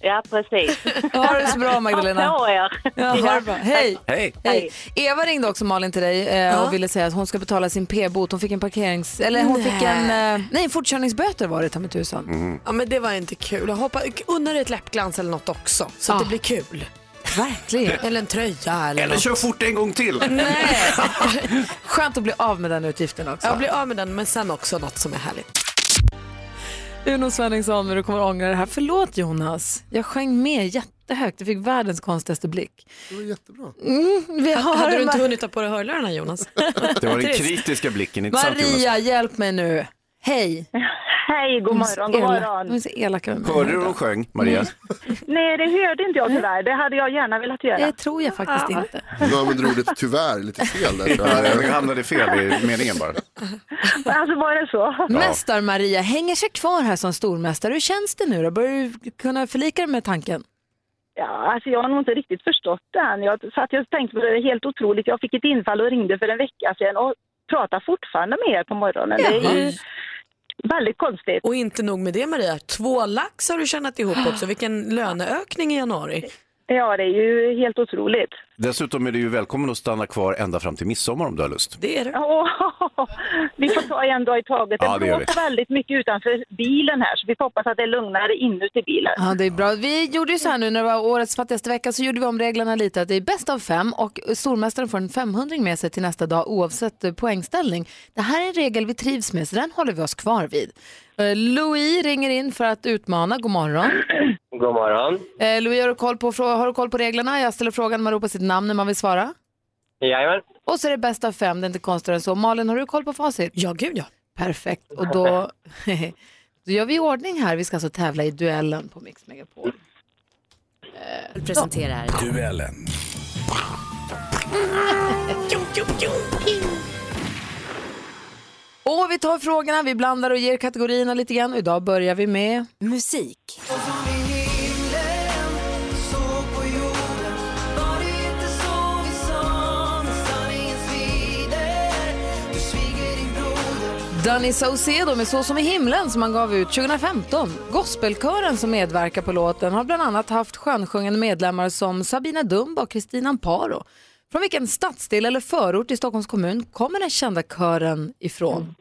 [SPEAKER 13] Ja, precis.
[SPEAKER 1] Ha det så bra Magdalena.
[SPEAKER 13] Ha på er.
[SPEAKER 1] Ja, ha det bra. Hej.
[SPEAKER 3] Hej.
[SPEAKER 1] Hej. Eva ringde också Malin till dig eh, och ville säga att hon ska betala sin p-bot. Hon fick en parkerings... Eller hon fick en... eh, Nej, Mm. en fortkörningsböter var det ta mig tusan.
[SPEAKER 2] Ja men det var inte kul. Hoppa, unna dig ett läppglans eller något också så att det blir kul.
[SPEAKER 1] Verkligen.
[SPEAKER 2] Eh, Eller en tröja eller,
[SPEAKER 3] Eller
[SPEAKER 2] något.
[SPEAKER 3] kör fort en gång till.
[SPEAKER 1] Skönt att bli av med den utgiften också.
[SPEAKER 2] Jag blir av med den men sen också något som är härligt.
[SPEAKER 1] Uno Svenningsson, men du kommer ångra det här. Förlåt Jonas, jag sjöng med jättehögt. Du fick världens konstigaste blick.
[SPEAKER 5] Det var jättebra.
[SPEAKER 1] Mm, vi har
[SPEAKER 2] Hade du inte
[SPEAKER 1] Ma-
[SPEAKER 2] hunnit ta på dig hörlurarna Jonas?
[SPEAKER 3] Det var den
[SPEAKER 2] Trist.
[SPEAKER 3] kritiska blicken, inte sant Jonas?
[SPEAKER 1] Maria, hjälp mig nu. Hej.
[SPEAKER 6] Hej,
[SPEAKER 1] Mm,
[SPEAKER 6] god morgon, god morgon.
[SPEAKER 1] Du är så elak över mig.
[SPEAKER 3] Hörde du hur hon sjöng, Maria?
[SPEAKER 6] Nej, det hörde inte jag tyvärr. Det hade jag gärna velat göra.
[SPEAKER 1] Det tror jag faktiskt inte.
[SPEAKER 5] Du använder ordet tyvärr lite fel där. tror
[SPEAKER 3] Ja,
[SPEAKER 5] jag.
[SPEAKER 3] jag hamnade fel i meningen bara.
[SPEAKER 6] Alltså var det så?
[SPEAKER 1] Mästar-Maria hänger sig kvar här som stormästare. Hur känns det nu då? Börjar du kunna förlika dig med tanken?
[SPEAKER 6] Ja, alltså jag har nog inte riktigt förstått det än. Jag satt och tänkte på det, det är helt otroligt. Jag fick ett infall och ringde för en vecka sedan och pratar fortfarande med er på morgonen. Det är ju väldigt konstigt.
[SPEAKER 2] Och inte nog med det Maria, två lax har du tjänat ihop också. Vilken löneökning i januari.
[SPEAKER 6] Ja, det är ju helt otroligt.
[SPEAKER 3] Dessutom är du ju välkommen att stanna kvar ända fram till midsommar om du har lust.
[SPEAKER 2] Det är det.
[SPEAKER 6] vi får ta en dag i taget.
[SPEAKER 3] Ja,
[SPEAKER 6] Det
[SPEAKER 3] det gör vi.
[SPEAKER 6] blåser väldigt mycket utanför bilen här så vi får hoppas att det är lugnare inuti bilen.
[SPEAKER 1] Ja, det är bra. Vi gjorde ju så här nu när det var årets fattigaste vecka så gjorde vi om reglerna lite. Att det är bäst av fem och stormästaren får en 500 med sig till nästa dag oavsett eh, poängställning. Det här är en regel vi trivs med så den håller vi oss kvar vid. Eh, Louis ringer in för att utmana. God morgon.
[SPEAKER 15] God morgon.
[SPEAKER 1] Eh, Louis, har du, koll på, frå- har du koll på reglerna? Jag ställer frågan, man ropar sitt namn när man vill svara.
[SPEAKER 15] Jajamän.
[SPEAKER 1] Och så är det bäst av fem, det är inte konstigare än så. Malin, har du koll på facit?
[SPEAKER 2] Ja, gud ja.
[SPEAKER 1] Perfekt. Och då, då gör vi i ordning här. Vi ska alltså tävla i duellen på Mix Megapol. Eh,
[SPEAKER 7] presenterar
[SPEAKER 16] Duellen.
[SPEAKER 1] Och vi tar frågorna, vi blandar och ger kategorierna lite grann. Idag börjar vi med
[SPEAKER 7] musik.
[SPEAKER 1] Danny Saucedo med Så som i himlen som han gav ut 2015. Gospelkören som medverkar på låten har bland annat haft skönsjungande medlemmar som Sabina Dumba och Kristina Amparo. Från vilken stadsdel eller förort i Stockholms kommun kommer den kända kören
[SPEAKER 17] Mm.
[SPEAKER 1] ifrån?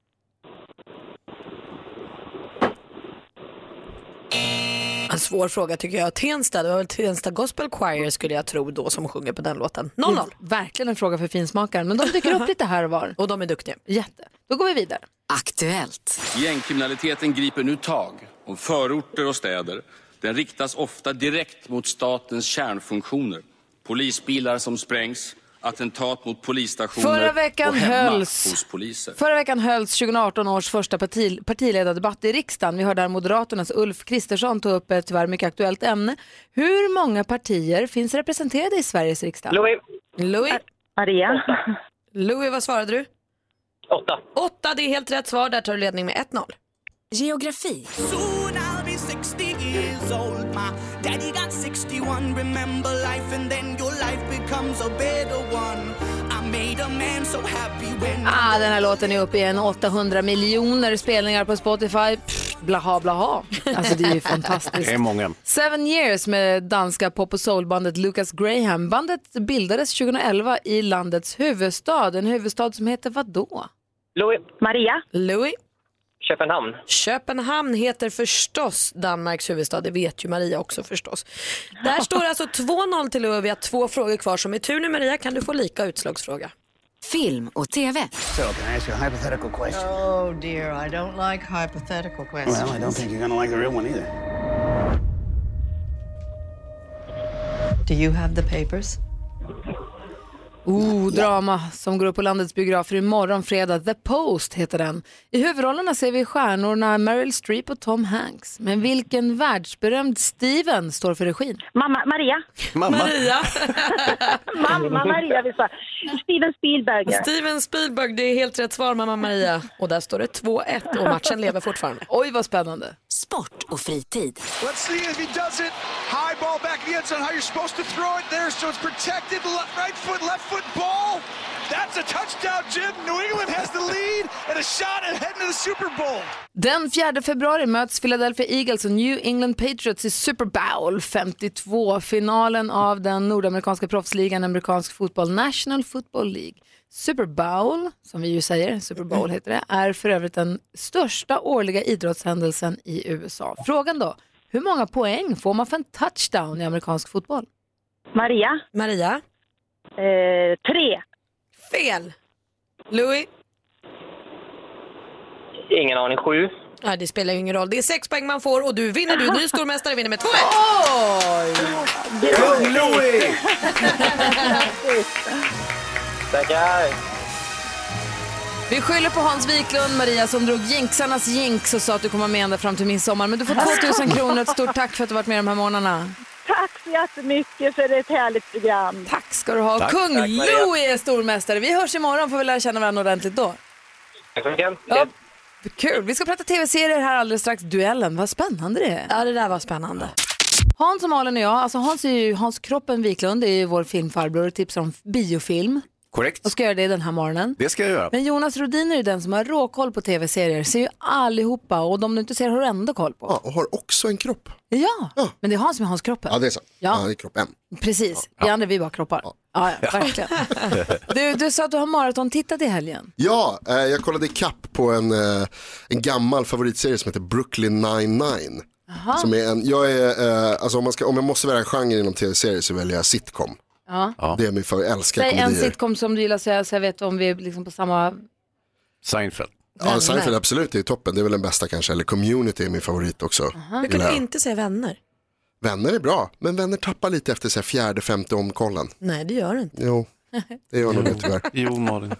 [SPEAKER 2] En svår fråga tycker jag. Tensta, det var väl Tensta Gospel Choir skulle jag tro då som sjunger på den låten. 0-0.
[SPEAKER 1] Verkligen en fråga för finsmakaren, men de dyker upp lite här och var.
[SPEAKER 2] Och de är duktiga.
[SPEAKER 1] Jätte. Då går vi vidare.
[SPEAKER 7] Aktuellt.
[SPEAKER 17] Gängkriminaliteten griper nu tag om förorter och städer. Den riktas ofta direkt mot statens kärnfunktioner. Polisbilar som sprängs, attentat mot polisstationer
[SPEAKER 1] Förra veckan
[SPEAKER 17] och hemma
[SPEAKER 1] hölls-
[SPEAKER 17] hos poliser.
[SPEAKER 1] Förra veckan hölls 2018 års första parti, partiledardebatt i riksdagen. Vi hörde där Moderaternas Ulf Kristersson ta upp ett tyvärr mycket aktuellt ämne. Hur många partier finns representerade i Sveriges riksdag?
[SPEAKER 2] Louis. Louis.
[SPEAKER 6] Maria.
[SPEAKER 2] Louis, vad svarade du? Åtta. Åtta, det är helt rätt svar. Där tar du ledning med 1-0.
[SPEAKER 7] Geografi.
[SPEAKER 18] Soon I'll be 60 years old. My daddy got 61. Remember life, and then your life becomes a better one. I made a man so happy when
[SPEAKER 1] Ah, den här låten är uppe i en 800 miljoner spelningar på Spotify. Pff, blaha, blaha. Alltså det är ju fantastiskt.
[SPEAKER 3] Det är många.
[SPEAKER 1] Seven Years med danska pop och soulbandet Lucas Graham. Bandet bildades 2011 i landets huvudstad. En huvudstad som heter vadå?
[SPEAKER 2] Louis.
[SPEAKER 6] Maria.
[SPEAKER 2] Louis.
[SPEAKER 15] Köpenhamn.
[SPEAKER 2] Köpenhamn heter förstås Danmarks huvudstad, det vet ju Maria också förstås. Där står det alltså 2-0 till Louis och vi har två frågor kvar. Som är tur nu Maria kan du få lika utslagsfråga.
[SPEAKER 7] Film och TV.
[SPEAKER 12] So, can I ask you a hypothetical question?
[SPEAKER 7] Oh dear, I don't like hypothetical questions.
[SPEAKER 12] Well, I don't think you're going to like the real one either.
[SPEAKER 7] Do you have the papers?
[SPEAKER 1] Oh, drama som går upp på landets biografer imorgon fredag. The Post heter den. I huvudrollerna ser vi stjärnorna Meryl Streep och Tom Hanks. Men vilken världsberömd Steven står för regin?
[SPEAKER 4] Mamma Maria.
[SPEAKER 3] Mamma.
[SPEAKER 2] Maria.
[SPEAKER 4] Mamma Maria vi sa. Steven Spielberger.
[SPEAKER 2] Steven Spielberg, det är helt rätt svar mamma Maria. Och där står det 2-1 och matchen lever fortfarande.
[SPEAKER 1] Oj vad spännande.
[SPEAKER 19] Sport och fritid.
[SPEAKER 10] Let's see if he does it. High ball back in the end zone. How you're supposed to throw it there, so it's protected. Le- right foot, left foot ball. That's a touchdown, Jim. New England has the lead and a shot at heading to the Super Bowl.
[SPEAKER 1] Den 4 februari möts Philadelphia Eagles och New England Patriots i Super Bowl 52. Finalen av den nordamerikanska proffsligan amerikansk fotboll, National Football League. Super Bowl, som vi ju säger, Super Bowl heter det, är för övrigt den största årliga idrottshändelsen i USA. Frågan då, hur många poäng får man för en touchdown i amerikansk fotboll?
[SPEAKER 4] Maria.
[SPEAKER 2] Maria.
[SPEAKER 4] Eh, tre.
[SPEAKER 2] Fel. Louis?
[SPEAKER 20] Ingen aning. Sju.
[SPEAKER 2] Nej, det spelar ju ingen roll. Det är sex poäng man får och du vinner du. Ny stormästare vinner med 2-1.
[SPEAKER 3] Kung Louis!
[SPEAKER 20] Tackar.
[SPEAKER 1] Vi skyller på Hans Wiklund, Maria, som drog jinxarnas jinx och sa att du kommer med ända fram till midsommar. Men du får 2000 kronor. Ett stort tack för att du varit med de här morgnarna.
[SPEAKER 4] Tack så jättemycket för ett härligt program.
[SPEAKER 1] Tack ska du ha.
[SPEAKER 4] Tack.
[SPEAKER 1] Kung
[SPEAKER 4] Tack, Maria.
[SPEAKER 1] Louis är stormästare. Vi hörs imorgon får vi lära känna varandra ordentligt då.
[SPEAKER 20] Tack så mycket.
[SPEAKER 1] Ja. Kul. Vi ska prata tv-serier här alldeles strax. Duellen, vad spännande det är.
[SPEAKER 2] Ja, det där var spännande.
[SPEAKER 1] Hans och Malin och jag, alltså Hans är ju Hans Kroppen Wiklund, det är ju vår filmfarbror och tipsar om biofilm.
[SPEAKER 3] Korrekt.
[SPEAKER 1] Och ska göra det den här morgonen.
[SPEAKER 3] Det ska jag göra.
[SPEAKER 1] Men Jonas Rodin är ju den som har råkoll på tv-serier, ser ju allihopa och de du inte ser har du ändå koll på.
[SPEAKER 5] Ja, och har också en kropp.
[SPEAKER 1] Ja, men det är han som är hans kroppen.
[SPEAKER 5] Ja, det är sant.
[SPEAKER 1] Ja.
[SPEAKER 5] Ja, det är kropp M.
[SPEAKER 1] Precis, vi andra vi är bara kroppar. Ja, ja, verkligen. Du, du sa att du har maraton tittat i helgen.
[SPEAKER 5] Ja, eh, jag kollade ikapp på en, eh, en gammal favoritserie som heter Brooklyn 99.
[SPEAKER 1] Jaha.
[SPEAKER 5] Som är en, jag är, eh, alltså om, man ska, om jag måste välja en genre inom tv-serier så väljer jag sitcom.
[SPEAKER 1] Ja.
[SPEAKER 5] Det är min favorit, jag älskar
[SPEAKER 1] Säg en
[SPEAKER 5] komedier.
[SPEAKER 1] sitcom som du gillar så jag, så jag vet om vi är liksom på samma...
[SPEAKER 3] Seinfeld.
[SPEAKER 5] Ja, Seinfeld
[SPEAKER 1] Vänner.
[SPEAKER 5] absolut, det är toppen. Det är väl den bästa kanske. Eller Community är min favorit också.
[SPEAKER 2] Hur kan
[SPEAKER 5] Gillar
[SPEAKER 2] du
[SPEAKER 5] jag.
[SPEAKER 2] inte säga vänner?
[SPEAKER 5] Vänner är bra, men vänner tappar lite efter så här, fjärde, femte omkollen.
[SPEAKER 2] Nej, det gör du inte.
[SPEAKER 5] Jo, det gör nog det tyvärr.
[SPEAKER 3] Jo, Malin.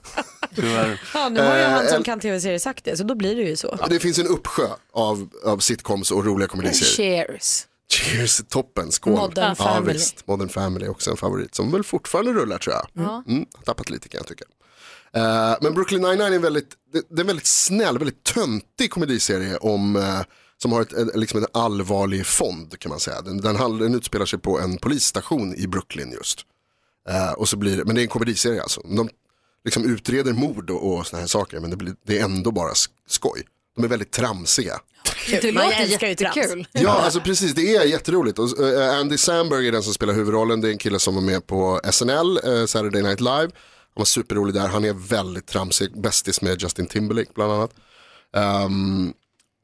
[SPEAKER 3] Tyvärr.
[SPEAKER 2] Ja, nu har ju
[SPEAKER 5] Eh,
[SPEAKER 2] han som
[SPEAKER 5] el-
[SPEAKER 2] kan tv-serier sagt det, så då blir det ju så.
[SPEAKER 5] Det finns en uppsjö av, av sitcoms och roliga komediserier.
[SPEAKER 1] Cheers.
[SPEAKER 5] Cheers, toppen, skål.
[SPEAKER 2] Modern Family.
[SPEAKER 5] Ja, visst. Modern Family är också en favorit som väl fortfarande rullar tror jag.
[SPEAKER 2] Ja.
[SPEAKER 5] Mm, har tappat lite kan jag tycka. Eh, men Brooklyn Nine-Nine är en väldigt, det, det är en väldigt snäll, väldigt töntig komediserie om, eh, som har ett, en- liksom en allvarlig fond kan man säga. Den, den, handlar- den utspelar sig på en polisstation i Brooklyn just. Eh, och så blir, det- men det är en komediserie alltså. De liksom utreder mord och, och såna här saker men det, blir, det är ändå bara sk- skoj. De är väldigt tramsiga.
[SPEAKER 2] Det
[SPEAKER 1] Man
[SPEAKER 2] låter
[SPEAKER 1] älskar ju trams.
[SPEAKER 2] jättekul.
[SPEAKER 5] Ja, alltså precis, det är jätteroligt. Och, eh, Andy Samberg är den som spelar huvudrollen, det är en kille som var med på SNL, eh, Saturday Night Live. Han var superrolig där, han är väldigt tramsig, bästis med Justin Timberlake bland annat. Ehm,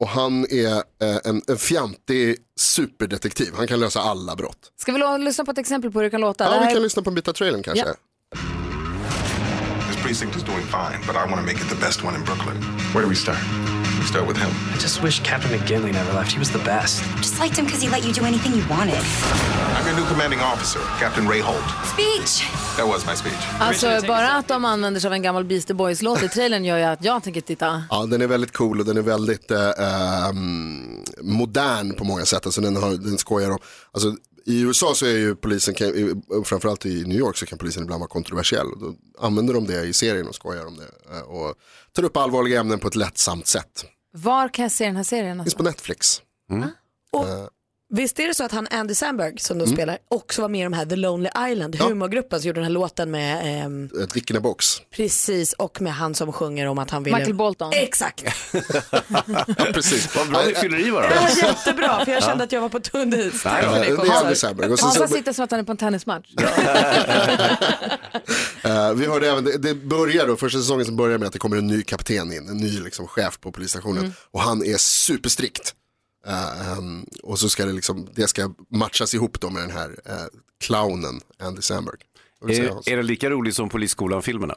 [SPEAKER 5] och han är eh, en, en fjantig superdetektiv, han kan lösa alla brott.
[SPEAKER 1] Ska vi lo- lyssna på ett exempel på hur det kan låta? Det
[SPEAKER 5] Ja,
[SPEAKER 1] här-
[SPEAKER 5] vi kan lyssna på en bit av trailern kanske.
[SPEAKER 1] Ja.
[SPEAKER 7] This precinct is doing fine, but I want to make it the best one in Brooklyn. Where do we start? We start with him.
[SPEAKER 21] I just wish Captain McGinley never left. He was the best.
[SPEAKER 7] Just liked him because he let you do anything you wanted. I'm your new commanding officer, Captain Ray Holt.
[SPEAKER 1] Speech!
[SPEAKER 7] That was my speech.
[SPEAKER 1] Alltså bara att de använder sig av en gammal Beastie Boys-låt i trailern gör ju att jag tänker titta.
[SPEAKER 5] Ja, den är väldigt cool och den är väldigt eh, ehm, modern på många sätt. Alltså den, har, den skojar om, alltså, i USA så är ju polisen, kan, i- framförallt i New York så kan polisen ibland vara kontroversiell. Då använder de det i serien och skojar om det. eh, Och tar upp allvarliga ämnen på ett lättsamt sätt.
[SPEAKER 1] Var kan jag se den här serien?
[SPEAKER 5] Finns
[SPEAKER 1] Alltså?
[SPEAKER 5] på Netflix. Eh,
[SPEAKER 2] Visst är det så att han Andy Samberg som då spelar också var med i de här The Lonely Island, humorgruppen som gjorde den här låten med ehm,
[SPEAKER 5] Ett Dick in a Eh, box.
[SPEAKER 2] Precis, och med han som sjunger om att han ville...
[SPEAKER 1] Michael Bolton.
[SPEAKER 2] Exakt,
[SPEAKER 5] ja, precis.
[SPEAKER 3] Vad bra ni fyller i varandra.
[SPEAKER 2] det var jättebra för jag kände att jag var på tunn is. Tack
[SPEAKER 5] Ja,
[SPEAKER 2] för
[SPEAKER 5] det är
[SPEAKER 2] kompisar.
[SPEAKER 5] Andy Samberg. Och sen så-
[SPEAKER 1] Hansa sitter som att han är på en tennismatch.
[SPEAKER 5] Eh, vi hörde även, det, det börjar då, första säsongen som börjar med att det kommer en ny kapten in, en ny liksom, chef på polisstationen
[SPEAKER 1] Mm.
[SPEAKER 5] och han är superstrikt. Eh, ehm, och så ska det liksom, det ska matchas ihop då med den här eh, clownen Andy Samberg. Vad vill du säga, Hans?
[SPEAKER 3] Är, är den lika rolig som Polisskolan-filmerna?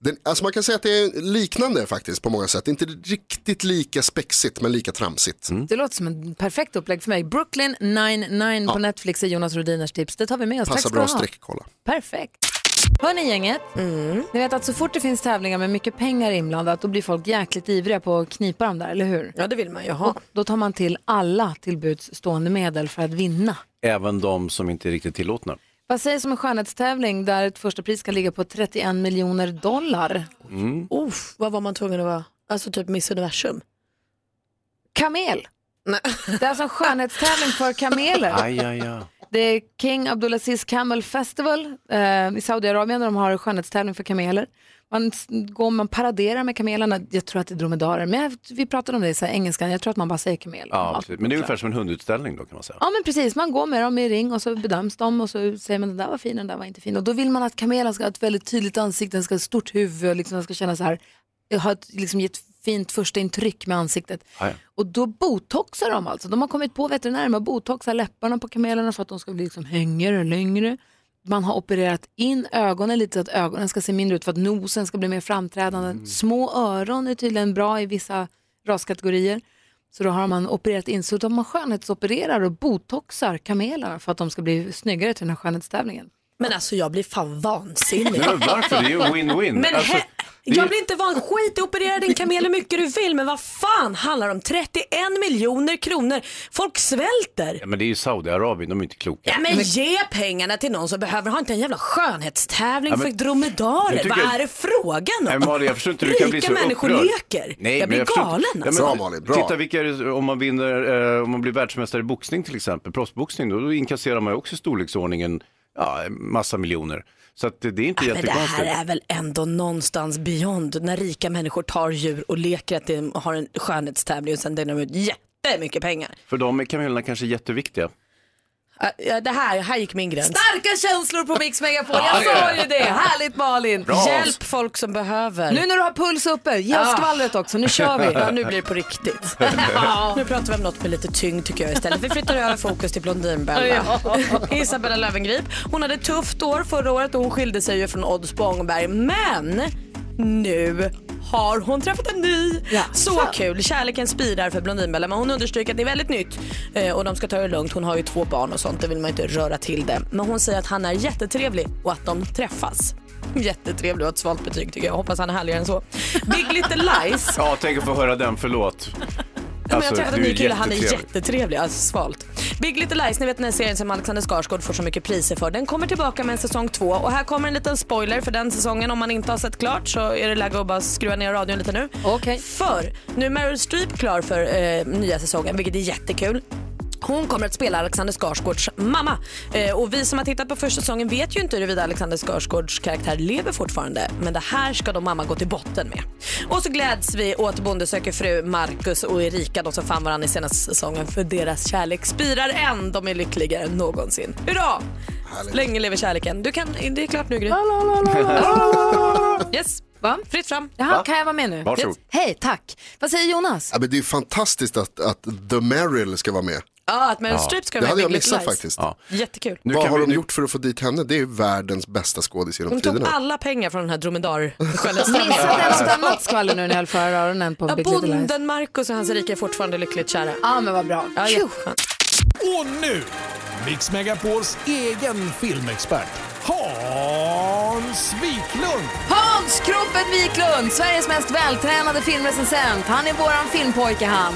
[SPEAKER 5] Den, alltså man kan säga att det är liknande faktiskt på många sätt, inte riktigt lika spexigt men lika tramsigt.
[SPEAKER 1] Det låter som en perfekt upplägg för mig. Brooklyn 99 på Netflix är Jonas Rodiners tips. Det tar vi med oss. Tack
[SPEAKER 5] Passar
[SPEAKER 1] ska du
[SPEAKER 5] bra
[SPEAKER 1] ha.
[SPEAKER 5] streck kolla.
[SPEAKER 1] Perfekt. Hörni gänget, ni vet att så fort det finns tävlingar med mycket pengar inblandat då blir folk jäkligt ivriga på att knipa dem där, eller hur?
[SPEAKER 2] Ja, det vill man ju
[SPEAKER 1] ha. Då tar man till alla till buds stående medel för att vinna.
[SPEAKER 3] Även de som inte är riktigt tillåtna.
[SPEAKER 1] Vad sägs om en skönhetstävling där ett första pris kan ligga på 31 miljoner dollar?
[SPEAKER 3] Mm.
[SPEAKER 2] Uff, vad var man tvungen att vara? Alltså typ Miss Universum.
[SPEAKER 1] Kamel! Det är alltså en skönhetstävling för kameler.
[SPEAKER 3] Aj, aj, aj.
[SPEAKER 1] Det är King Abdulaziz Camel Festival eh, i Saudiarabien där de har skönhetstävling för kameler. Man s- går, man paraderar med kamelerna. Jag tror att det är dromedarer, men jag, vi pratade om det i så här engelskan. Jag tror att man bara säger kamel.
[SPEAKER 3] Ja, precis. men det är ungefär som en hundutställning då kan man säga.
[SPEAKER 1] Ja men precis, man går med dem i ring och så bedöms de och så säger man den där var fin den där var inte fin. Och då vill man att kamelen ska ha ett väldigt tydligt ansikte, den ska ha ett stort huvud och liksom, den ska känna så här, ha ett, liksom, ge ett fint första intryck med ansiktet. Och då botoxar de alltså. De har kommit på veterinärer med att botoxa läpparna på kamelerna för att de ska bli liksom hängigare och längre. Man har opererat in ögonen lite så att ögonen ska se mindre ut för att nosen ska bli mer framträdande. Små öron är tydligen bra i vissa raskategorier. Så då har man opererat in, så de man skönhetsopererar och botoxar kamelerna för att de ska bli snyggare till den här skönhetstävlingen.
[SPEAKER 2] Men alltså jag blir fan vansinnig.
[SPEAKER 3] Nej, men varför? Det är ju win-win.
[SPEAKER 2] Men
[SPEAKER 3] Alltså,
[SPEAKER 2] he-
[SPEAKER 3] det är-
[SPEAKER 2] jag blir inte van. Skit i operera din kamel hur mycket du vill men vad fan handlar det om? 31 miljoner kronor. Folk svälter.
[SPEAKER 3] Ja, men det är ju Saudiarabien, de är inte kloka.
[SPEAKER 2] Ja, men ge pengarna till någon som behöver. Ha inte en jävla skönhetstävling
[SPEAKER 3] Ja, men-
[SPEAKER 2] för
[SPEAKER 3] Nu
[SPEAKER 2] dromedarer.
[SPEAKER 3] tycker
[SPEAKER 2] Vad
[SPEAKER 3] jag-
[SPEAKER 2] är det frågan
[SPEAKER 3] Nej,
[SPEAKER 2] om?
[SPEAKER 3] men Malin, jag förstår inte hur du kan bli
[SPEAKER 2] Rika
[SPEAKER 3] så
[SPEAKER 2] människor
[SPEAKER 3] upprörd.
[SPEAKER 2] leker. jag blir
[SPEAKER 3] men förstår-
[SPEAKER 2] galen
[SPEAKER 3] Ja, men
[SPEAKER 2] alltså.
[SPEAKER 3] Titta vilka är det- om man vinner, eh, om man blir världsmästare i boxning till exempel, proffsboxning, då, då inkasserar man ju också i storleksordningen, ja, en massa miljoner. Så att det, det är inte
[SPEAKER 2] Men det
[SPEAKER 3] jättekonstigt.
[SPEAKER 2] här är väl ändå någonstans beyond när rika människor tar djur och leker att de har en skönhetstävling och sen delar de ut jättemycket pengar.
[SPEAKER 3] För dem är kamelerna kanske jätteviktiga.
[SPEAKER 2] Äh, ja, Det här, här gick min gräns.
[SPEAKER 1] Starka känslor på Mix Megapol,
[SPEAKER 3] Ja,
[SPEAKER 1] jag
[SPEAKER 3] det är
[SPEAKER 1] sa
[SPEAKER 3] det.
[SPEAKER 1] ju det. Härligt Malin!
[SPEAKER 3] Bra.
[SPEAKER 1] Hjälp!
[SPEAKER 2] Hjälp folk som behöver.
[SPEAKER 1] Nu när du har puls uppe, ge oss
[SPEAKER 2] Ah.
[SPEAKER 1] skvallret också, nu kör vi.
[SPEAKER 2] Ja, nu blir det på riktigt. nu pratar vi om något med lite tyngd tycker jag istället. Vi flyttar över fokus till Blondinbella. Isabella Löwengrip. Hon hade ett tufft år förra året och hon skilde sig ju från Odd Spångberg. Men nu har hon träffat en ny. Så kul. Kärleken spirar för Blondinbella. Men hon understryker att det är väldigt nytt eh, och de ska ta det lugnt. Hon har ju två barn och sånt. Det vill man ju inte röra till det. Men hon säger att han är jättetrevlig och att de träffas. Jättetrevlig och ett svalt betyg tycker jag. Hoppas han är härligare än så. Big Little Lies
[SPEAKER 3] Ja, tänk att få höra den, förlåt. Alltså,
[SPEAKER 2] Ja, men Alltså, jag har träffat en
[SPEAKER 3] du
[SPEAKER 2] ny kille, han är
[SPEAKER 3] jättetrevlig.
[SPEAKER 2] jättetrevlig. Alltså svalt. Big Little Lies, ni vet den här serien som Alexander Skarsgård får så mycket priser för. Den kommer tillbaka med en säsong två och här kommer en liten spoiler för den säsongen. Om man inte har sett klart så är det läge att bara skruva ner radion lite nu. För nu är Meryl Streep klar för eh, nya säsongen, vilket är jättekul. Hon kommer att spela Alexander Skarsgårds mamma. Eh, och vi som har tittat på första säsongen vet ju inte huruvida Alexander Skarsgårds karaktär lever fortfarande. Men det här ska då mamma gå till botten med. Och så gläds vi åt Bonde söker fru, Marcus och Erika, de som fann varandra i senaste säsongen. För deras kärlek spirar än. De är lyckligare än någonsin. Hurra! Länge lever kärleken. Du kan, det är klart nu Gry. Yes, Va? fritt fram.
[SPEAKER 1] Jaha, kan jag vara med nu?
[SPEAKER 5] Varsågod.
[SPEAKER 1] Yes. Hej, tack. Vad säger Jonas?
[SPEAKER 5] Ja, men det är ju fantastiskt att, att The Meryl ska vara med.
[SPEAKER 2] Ja, att Meryl Streep ska
[SPEAKER 5] Det
[SPEAKER 2] vara
[SPEAKER 5] hade
[SPEAKER 2] med i
[SPEAKER 5] jag
[SPEAKER 2] Big Little
[SPEAKER 5] missat
[SPEAKER 2] Lies.
[SPEAKER 5] faktiskt.
[SPEAKER 2] Jättekul.
[SPEAKER 5] Vad har de gjort för att få dit henne? Det är ju världens bästa skådis genom
[SPEAKER 2] De tog
[SPEAKER 5] tiderna.
[SPEAKER 2] alla pengar från den här dromedar
[SPEAKER 1] Missade jag något annat skvaller nu när jag höll för öronen på
[SPEAKER 2] Ja,
[SPEAKER 1] Big Little Lies? Mm.
[SPEAKER 2] bonden Marcus och hans rike är fortfarande lyckligt kära.
[SPEAKER 1] Ja, men vad bra.
[SPEAKER 2] Ja,
[SPEAKER 1] Tjo.
[SPEAKER 2] jätteskönt.
[SPEAKER 22] Och nu, Mix Megapols egen filmexpert, Hans Wiklund.
[SPEAKER 1] Hans Kroppen Wiklund, Sveriges mest vältränade filmrecensent. Han är våran filmpojke han.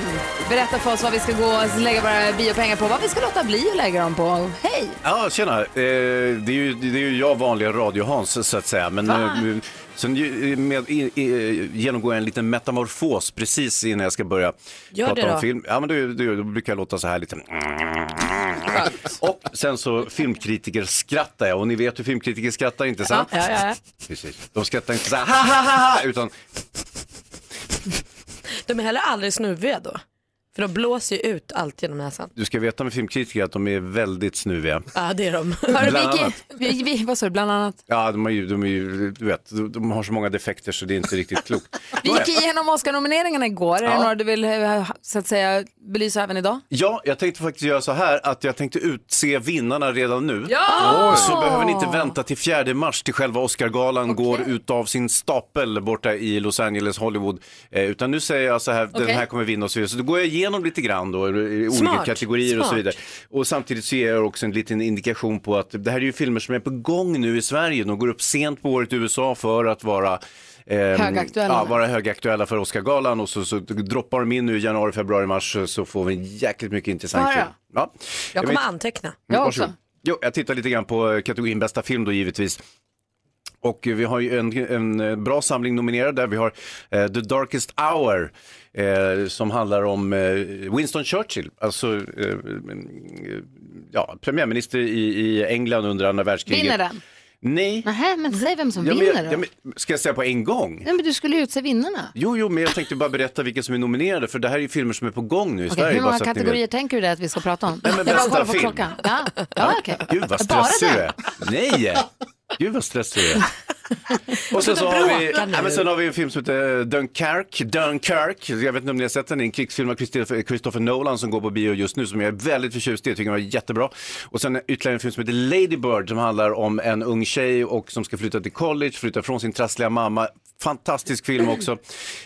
[SPEAKER 1] Berätta för oss vad vi ska gå och lägga våra biopengar på, vad vi ska låta bli att lägga dem på. Hej!
[SPEAKER 3] Ja, tjena. Eh, det, är ju, det är ju jag, vanliga radio-Hans, så att säga. Men eh, sen ju- eh, med, i, i, genomgår jag en liten metamorfos precis innan jag ska börja
[SPEAKER 7] Gör
[SPEAKER 3] prata
[SPEAKER 7] det
[SPEAKER 3] om
[SPEAKER 7] då.
[SPEAKER 3] film. Ja, men då, då, då brukar jag låta så här lite... Och sen så filmkritiker skrattar jag. Och ni vet hur filmkritiker skrattar, inte sant?
[SPEAKER 2] Ja, ja, ja.
[SPEAKER 3] Precis. De skrattar inte så här, ha, ha, ha, ha, utan
[SPEAKER 2] De är heller aldrig snuviga då. För de blåser ju ut allt genom näsan.
[SPEAKER 3] du ska veta med filmkritiker att de är väldigt snuviga.
[SPEAKER 2] Ja, det är de.
[SPEAKER 3] Bland annat.
[SPEAKER 1] vi, vi, vad sa du, bland annat?
[SPEAKER 3] Ja, de, har ju, de, är ju, du vet, de- de har så många defekter så det är inte riktigt klokt.
[SPEAKER 1] Vi gick igenom Oscar-nomineringarna igår. Är det
[SPEAKER 3] Ja.
[SPEAKER 1] några du vill eh, så att säga, belysa även idag?
[SPEAKER 3] Ja, jag tänkte faktiskt göra så här att jag tänkte utse vinnarna redan nu.
[SPEAKER 1] Ja!
[SPEAKER 3] Oj. Så behöver ni inte vänta till 4 mars till själva Oscargalan går utav sin stapel borta i Los Angeles, Hollywood. Eh, utan nu säger jag så här,
[SPEAKER 1] Okej.
[SPEAKER 3] den här kommer vinna och så vidare. Så då går jag igenom lite grann då, i olika
[SPEAKER 18] Smart,
[SPEAKER 3] kategorier och så
[SPEAKER 18] smart.
[SPEAKER 3] vidare. Och samtidigt så ger jag också en liten indikation på att det här är ju filmer som är på gång nu i Sverige. De går upp sent på året i USA för att vara ehm,
[SPEAKER 23] Högaktuella.
[SPEAKER 3] Ja, vara högaktuella för Oscargalan och så, så droppar de in nu i januari, februari, mars så får vi jäkligt mycket intressant
[SPEAKER 2] Svara.
[SPEAKER 3] film. Ja.
[SPEAKER 2] Jag kommer
[SPEAKER 3] vet-
[SPEAKER 2] anteckna.
[SPEAKER 3] Mm, varsågod. Jo, jag tittar lite grann på eh, kategorin bästa film då givetvis. Och eh, vi har ju en, en eh, bra samling nominerade där. Vi har eh, The Darkest Hour eh, som handlar om eh, Winston Churchill, alltså eh, eh, ja, premiärminister i, i England under andra världskriget.
[SPEAKER 23] Vinner den?
[SPEAKER 3] Nej.
[SPEAKER 1] Nähä, men säg vem som
[SPEAKER 3] Ja, men,
[SPEAKER 1] vinner
[SPEAKER 3] jag-
[SPEAKER 1] då.
[SPEAKER 3] ja, men, ska jag säga på en gång?
[SPEAKER 1] Nej, men du skulle ju utse vinnarna.
[SPEAKER 3] Jo, jo, men jag tänkte bara berätta vilka som är nominerade för det här är ju filmer som är på gång nu i
[SPEAKER 1] Okej,
[SPEAKER 3] Sverige.
[SPEAKER 1] hur
[SPEAKER 3] bara
[SPEAKER 1] många
[SPEAKER 3] så att ni
[SPEAKER 1] kategorier
[SPEAKER 3] vet.
[SPEAKER 1] tänker du dig att vi ska prata om?
[SPEAKER 3] Nej, men
[SPEAKER 1] jag bara
[SPEAKER 3] bästa
[SPEAKER 1] kollar på
[SPEAKER 3] film.
[SPEAKER 1] klockan. Ja, ja okej.
[SPEAKER 3] Gud vad
[SPEAKER 1] Bara
[SPEAKER 3] stressig du
[SPEAKER 1] den.
[SPEAKER 3] är. Nej, gud vad stressig du är. Och sen så har vi,
[SPEAKER 18] Bråka nu.
[SPEAKER 3] ja, men sen har vi en film som heter eh, Dunkirk. Dunkirk. Jag vet inte om ni har sett den. Det är en krigsfilm av Christopher, Christopher Nolan som går på bio just nu som jag är väldigt förtjust i. Jag tycker den var jättebra. Och sen ytterligare en film som heter Lady Bird som handlar om en ung tjej och som ska flytta till college, flytta från sin trassliga mamma. Fantastisk film också.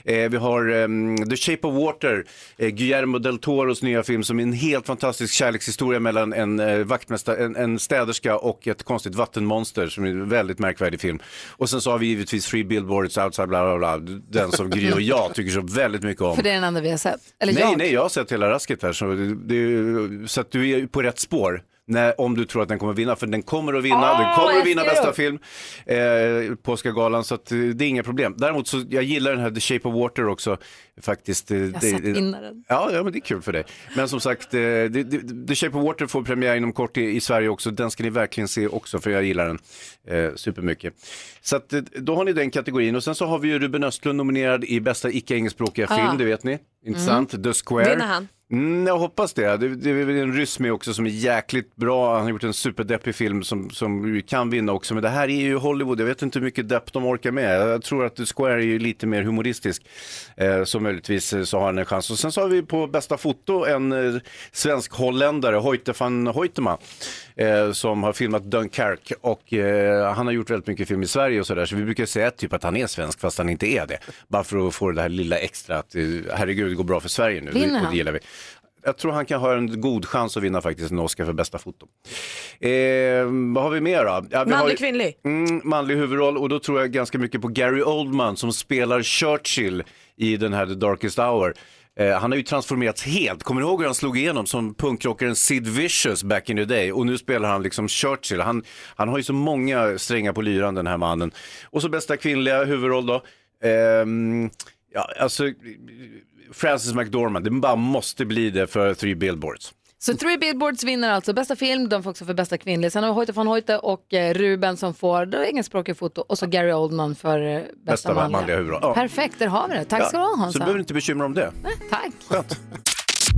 [SPEAKER 3] Eh, vi har ehm, The Shape of Water, eh, Guillermo del Toros nya film som är en helt fantastisk kärlekshistoria mellan en, eh, vaktmästa- en, en städerska och ett konstigt vattenmonster som är en väldigt märkvärdig film. Och sen så har vi givetvis Free Billboards Outside, bla bla bla, den som Gry och jag tycker så väldigt mycket om.
[SPEAKER 23] För det är den enda vi har sett. Eller
[SPEAKER 3] nej,
[SPEAKER 23] jag.
[SPEAKER 3] nej, jag har sett hela rasket här så, det, det, är ju- så att du är ju på rätt spår. När, om du tror att den kommer vinna, för den kommer att vinna, den kommer att
[SPEAKER 18] jag
[SPEAKER 3] vinna
[SPEAKER 18] ser.
[SPEAKER 3] bästa film eh, på Oscargalan så att, eh, det är inga problem. Däremot så jag gillar den här The Shape of Water också faktiskt. eh,
[SPEAKER 18] har
[SPEAKER 3] det-
[SPEAKER 18] sett
[SPEAKER 3] det-
[SPEAKER 18] vinnaren.
[SPEAKER 3] Ja, ja, men det är kul för dig. Men som sagt, eh, det- det- The Shape of Water får premiär inom kort i, i Sverige också. Den ska ni verkligen se också för jag gillar den eh, supermycket. Så att, eh, då har ni den kategorin och sen så har vi ju Ruben Östlund nominerad i bästa icke-engelskspråkiga
[SPEAKER 18] Ah.
[SPEAKER 3] film, det vet ni. Intressant. The Square.
[SPEAKER 18] Vinner han?
[SPEAKER 3] Mm, jag hoppas det. Det, det är väl en ryss med också som är jäkligt bra. Han har gjort en superdeppig film som, som ju kan vinna också. Men det här är ju Hollywood. Jag vet inte hur mycket depp de orkar med. Jag tror att The Square är ju lite mer humoristisk. Eh, så möjligtvis eh, så har han en chans. Och sen så har vi på bästa foto en eh, svensk holländare, Hoyte van Hoytema, eh, som har filmat Dunkirk. Och eh, han har gjort väldigt mycket film i Sverige och sådär. Så vi brukar säga typ att han är svensk fast han inte är det. Bara för att få det här lilla extra att eh, herregud, det går bra för Sverige nu.
[SPEAKER 18] Vinner
[SPEAKER 3] Och
[SPEAKER 18] han?
[SPEAKER 3] det gillar vi. Jag tror han kan ha en god chans att vinna faktiskt en Oscar för bästa foto. Eh, vad har vi mer då? Ja, vi har
[SPEAKER 2] Manlig,
[SPEAKER 3] ju-
[SPEAKER 2] kvinnlig.
[SPEAKER 3] Mm, manlig huvudroll och då tror jag ganska mycket på Gary Oldman som spelar Churchill i den här The Darkest Hour. Eh, han har ju transformerats helt. Kommer ni ihåg hur han slog igenom som punkrockaren Sid Vicious back in the day? Och nu spelar han liksom Churchill. Han, han har ju så många strängar på lyran den här mannen. Och så bästa kvinnliga huvudroll då. Ehm, ja, alltså Frances McDormand, det bara måste bli det för Three Billboards.
[SPEAKER 1] Så Three Billboards vinner alltså bästa film, de får också för bästa kvinnliga. Sen har vi Hoyte van Hoyte och eh, Ruben som får då egenspråkig foto och så Gary Oldman för eh, bästa,
[SPEAKER 3] Bästa
[SPEAKER 1] manliga.
[SPEAKER 3] manliga huvudroll. Ja.
[SPEAKER 1] Perfekt, där har vi det. Tack ska du
[SPEAKER 3] Ja,
[SPEAKER 1] ha
[SPEAKER 3] Så du
[SPEAKER 1] Hansa.
[SPEAKER 3] behöver inte bekymra om det.
[SPEAKER 1] Tack.
[SPEAKER 3] Skönt.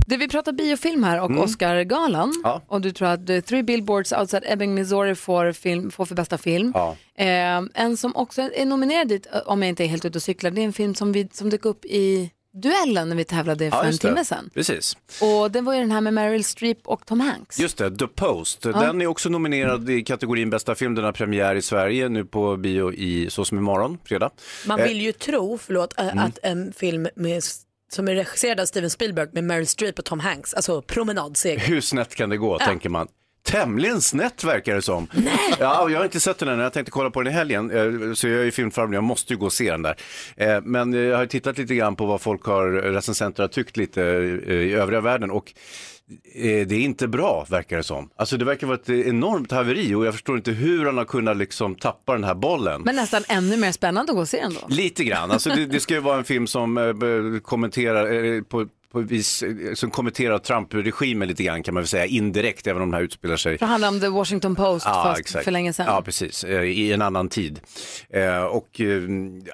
[SPEAKER 1] Du, vi pratar biofilm här och
[SPEAKER 3] Mm.
[SPEAKER 1] Oscargalan.
[SPEAKER 3] Ja.
[SPEAKER 1] Och du tror att eh, Three Billboards Outside Ebbing, Missouri får, film, får för bästa film.
[SPEAKER 3] Ja.
[SPEAKER 1] Eh, en som också är nominerad dit, eh, om jag inte är helt ute och cyklar, det är en film som, vi, som dök upp i duellen när vi tävlade för en
[SPEAKER 3] just det.
[SPEAKER 1] timme sedan.
[SPEAKER 3] Precis.
[SPEAKER 1] Och den var ju den här med Meryl Streep och Tom Hanks.
[SPEAKER 3] Just det, The Post.
[SPEAKER 1] Ja.
[SPEAKER 3] Den är också nominerad i kategorin bästa film. Den har premiär i Sverige nu på bio i Så som imorgon, fredag.
[SPEAKER 2] Man
[SPEAKER 3] Eh,
[SPEAKER 2] vill ju tro, förlåt, ä-
[SPEAKER 3] Mm.
[SPEAKER 2] att en film med, som är regisserad av Steven Spielberg med Meryl Streep och Tom Hanks, alltså promenadseger.
[SPEAKER 3] Hur snett kan det gå,
[SPEAKER 2] Ja.
[SPEAKER 3] tänker man. Tämligen snett verkar det som. Ja, och jag har inte sett den än, jag tänkte kolla på den i helgen. eh, Så jag är ju filmfarbror, jag måste ju gå och se den där. Eh, Men eh, jag har ju tittat lite grann på vad folk har, recensenter har tyckt lite eh, i övriga världen. Och eh, det är inte bra, verkar det som. Alltså det verkar vara ett enormt haveri och jag förstår inte hur han har kunnat liksom tappa den här bollen.
[SPEAKER 1] Men nästan ännu mer spännande att gå och se den då.
[SPEAKER 3] Lite grann. Alltså det, det ska ju vara en film som eh, b- kommenterar eh, på, på vis, eh, som kommenterar Trump-regimen lite grann kan man väl säga indirekt, även om det här utspelar sig.
[SPEAKER 1] Det handlar om The Washington Post fast för länge sedan.
[SPEAKER 3] Ja, precis. Eh, I en annan tid. Eh, Och eh,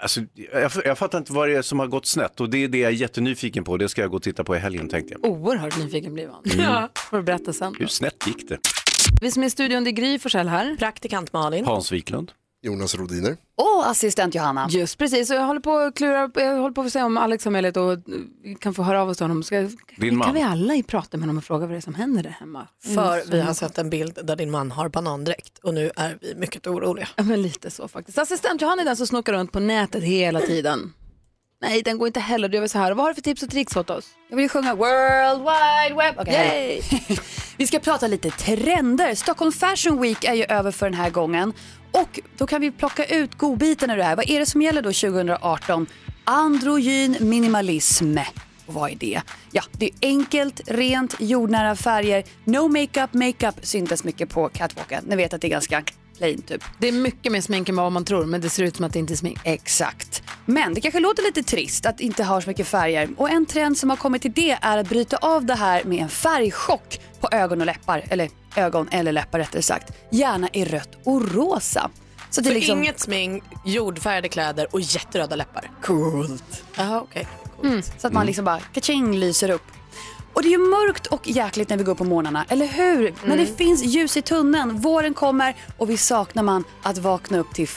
[SPEAKER 3] alltså, jag, jag fattar inte vad det är som har gått snett och det är det jag är jättenyfiken på. Det ska jag gå och titta på i helgen tänkte jag.
[SPEAKER 1] Oerhört nyfiken blir man.
[SPEAKER 3] Mm. Ja.
[SPEAKER 1] Får du berätta sen.
[SPEAKER 3] Hur snett gick det?
[SPEAKER 1] Vi som är i studion, det är Gry Forssell här.
[SPEAKER 2] Praktikant Malin.
[SPEAKER 3] Hans Wiklund.
[SPEAKER 5] Jonas Rodiner.
[SPEAKER 24] Och assistent Johanna.
[SPEAKER 1] Just precis, och jag håller på att klura, på- jag håller på att se om Alex har möjlighet och kan få höra av oss till honom. Ska,
[SPEAKER 3] Din
[SPEAKER 1] kan
[SPEAKER 3] man. Mm,
[SPEAKER 1] vi alla i prata med honom och fråga vad det är som händer där hemma? Mm.
[SPEAKER 2] För vi har sett en bild där din man har banandräkt och nu är vi mycket oroliga.
[SPEAKER 1] Ja, men lite så faktiskt. Assistent Johanna är den som snokar runt på nätet hela tiden. Nej, den går inte heller. Du är väl så här, vad har du för tips och tricks åt oss?
[SPEAKER 12] Jag vill ju sjunga World Wide Web.
[SPEAKER 1] Yay!
[SPEAKER 12] Okej. Vi ska prata lite trender. Stockholm Fashion Week är ju över för den här gången. Och då kan vi plocka ut godbitarna ur det här. Vad är det som gäller då 2018? Androgyn minimalism. Och vad är det? Ja, det är enkelt, rent, jordnära färger. No makeup, makeup syntes mycket på catwalken. Ni vet att det är ganska plain typ.
[SPEAKER 1] Det är mycket mer smink än vad man tror, men det ser ut som att det inte är smink.
[SPEAKER 12] Exakt. Men det kanske låter lite trist att inte ha så mycket färger. Och en trend som har kommit till det är att bryta av det här med en färgchock på ögon och läppar. Eller ögon eller läppar rättare sagt. Gärna i rött och rosa.
[SPEAKER 2] Så
[SPEAKER 1] liksom-
[SPEAKER 12] liksom-
[SPEAKER 2] inget smink, jordfärgade kläder och jätteröda läppar.
[SPEAKER 12] Coolt.
[SPEAKER 2] Jaha, okej.
[SPEAKER 12] Mm, så att man liksom bara kaching lyser upp. Och det är ju mörkt och jäkligt när vi går på morgnarna, eller hur? Men det finns ljus i tunneln, våren kommer och vi saknar man att vakna upp till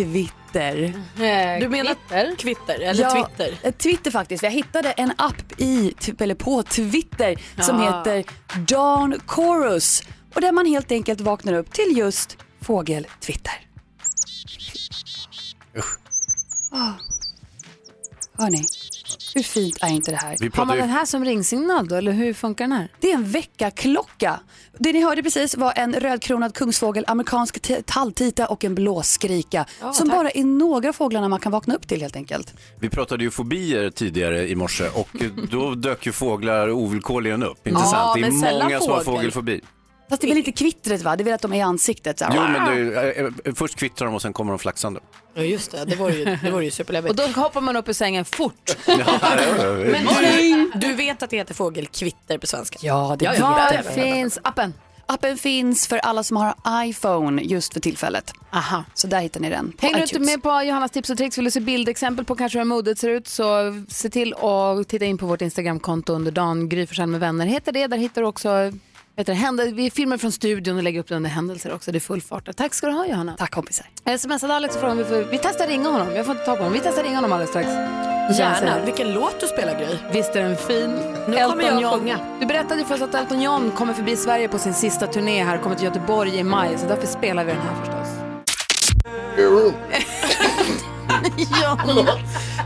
[SPEAKER 12] fågeltwitter.
[SPEAKER 2] Du menar kvitter, eller
[SPEAKER 12] Ja,
[SPEAKER 2] Twitter?
[SPEAKER 12] eh, Twitter faktiskt. Jag hittade en app i, typ, eller på Twitter som
[SPEAKER 2] Ja.
[SPEAKER 12] heter Dawn Chorus och där man helt enkelt vaknar upp till just fågeltwitter. Oh. Hörni, hur fint är inte det här?
[SPEAKER 1] Vi pratar Har man ju- den här
[SPEAKER 12] som ringsignal då, eller hur funkar den här? Det är en väckarklocka. Det ni hörde precis var en rödkronad kungsfågel, amerikansk t- talltita och en blåskrika. som bara är några fåglarna man kan vakna upp till helt enkelt.
[SPEAKER 3] Vi pratade ju fobier tidigare i morse och eh, då dök ju fåglar ovillkorligen upp. Inte
[SPEAKER 12] Ja,
[SPEAKER 3] sant? Det är
[SPEAKER 12] men sällan
[SPEAKER 3] många som har
[SPEAKER 12] fågel.
[SPEAKER 3] fågelfobi.
[SPEAKER 12] Fast det är väl inte kvittret va? Det är väl att de är i ansiktet? Så här.
[SPEAKER 3] Jo, men det, eh, eh, först kvittrar de och sen kommer de flaxande.
[SPEAKER 2] Ja just det, det vore ju, det vore ju superläbbigt.
[SPEAKER 1] Och då hoppar man upp ur sängen fort.
[SPEAKER 2] Men du, du vet att det heter fågelkvitter på svenska?
[SPEAKER 12] Ja, det
[SPEAKER 2] vet
[SPEAKER 12] Var
[SPEAKER 2] jag.
[SPEAKER 12] finns appen? Appen finns för alla som har iPhone just för tillfället. Aha. Så där hittar ni den. på
[SPEAKER 1] Hänger du
[SPEAKER 12] iTunes.
[SPEAKER 1] inte med på Johannas tips och tricks, vill du se bildexempel på kanske hur modet ser ut så se till att titta in på vårt Instagramkonto under dagen, Gry Forssell med vänner heter det. Där hittar du också vet du, händel- vi filmar från studion och lägger upp det under händelser också. Det är full fart. där. Tack ska du ha Johanna.
[SPEAKER 12] Tack kompisar.
[SPEAKER 1] Jag smsade Alex och frågade om vi får, vi testar ringa honom. Jag får inte tag på honom. Vi testar ringa honom alldeles strax.
[SPEAKER 2] Gärna. Vilken låt du spelar Gry.
[SPEAKER 1] Visst är den fin?
[SPEAKER 2] Nu kommer jag att sjunga.
[SPEAKER 1] Du berättade ju för oss att Elton John kommer förbi Sverige på sin sista turné här, kommer till Göteborg i maj, så därför spelar vi den här förstås. John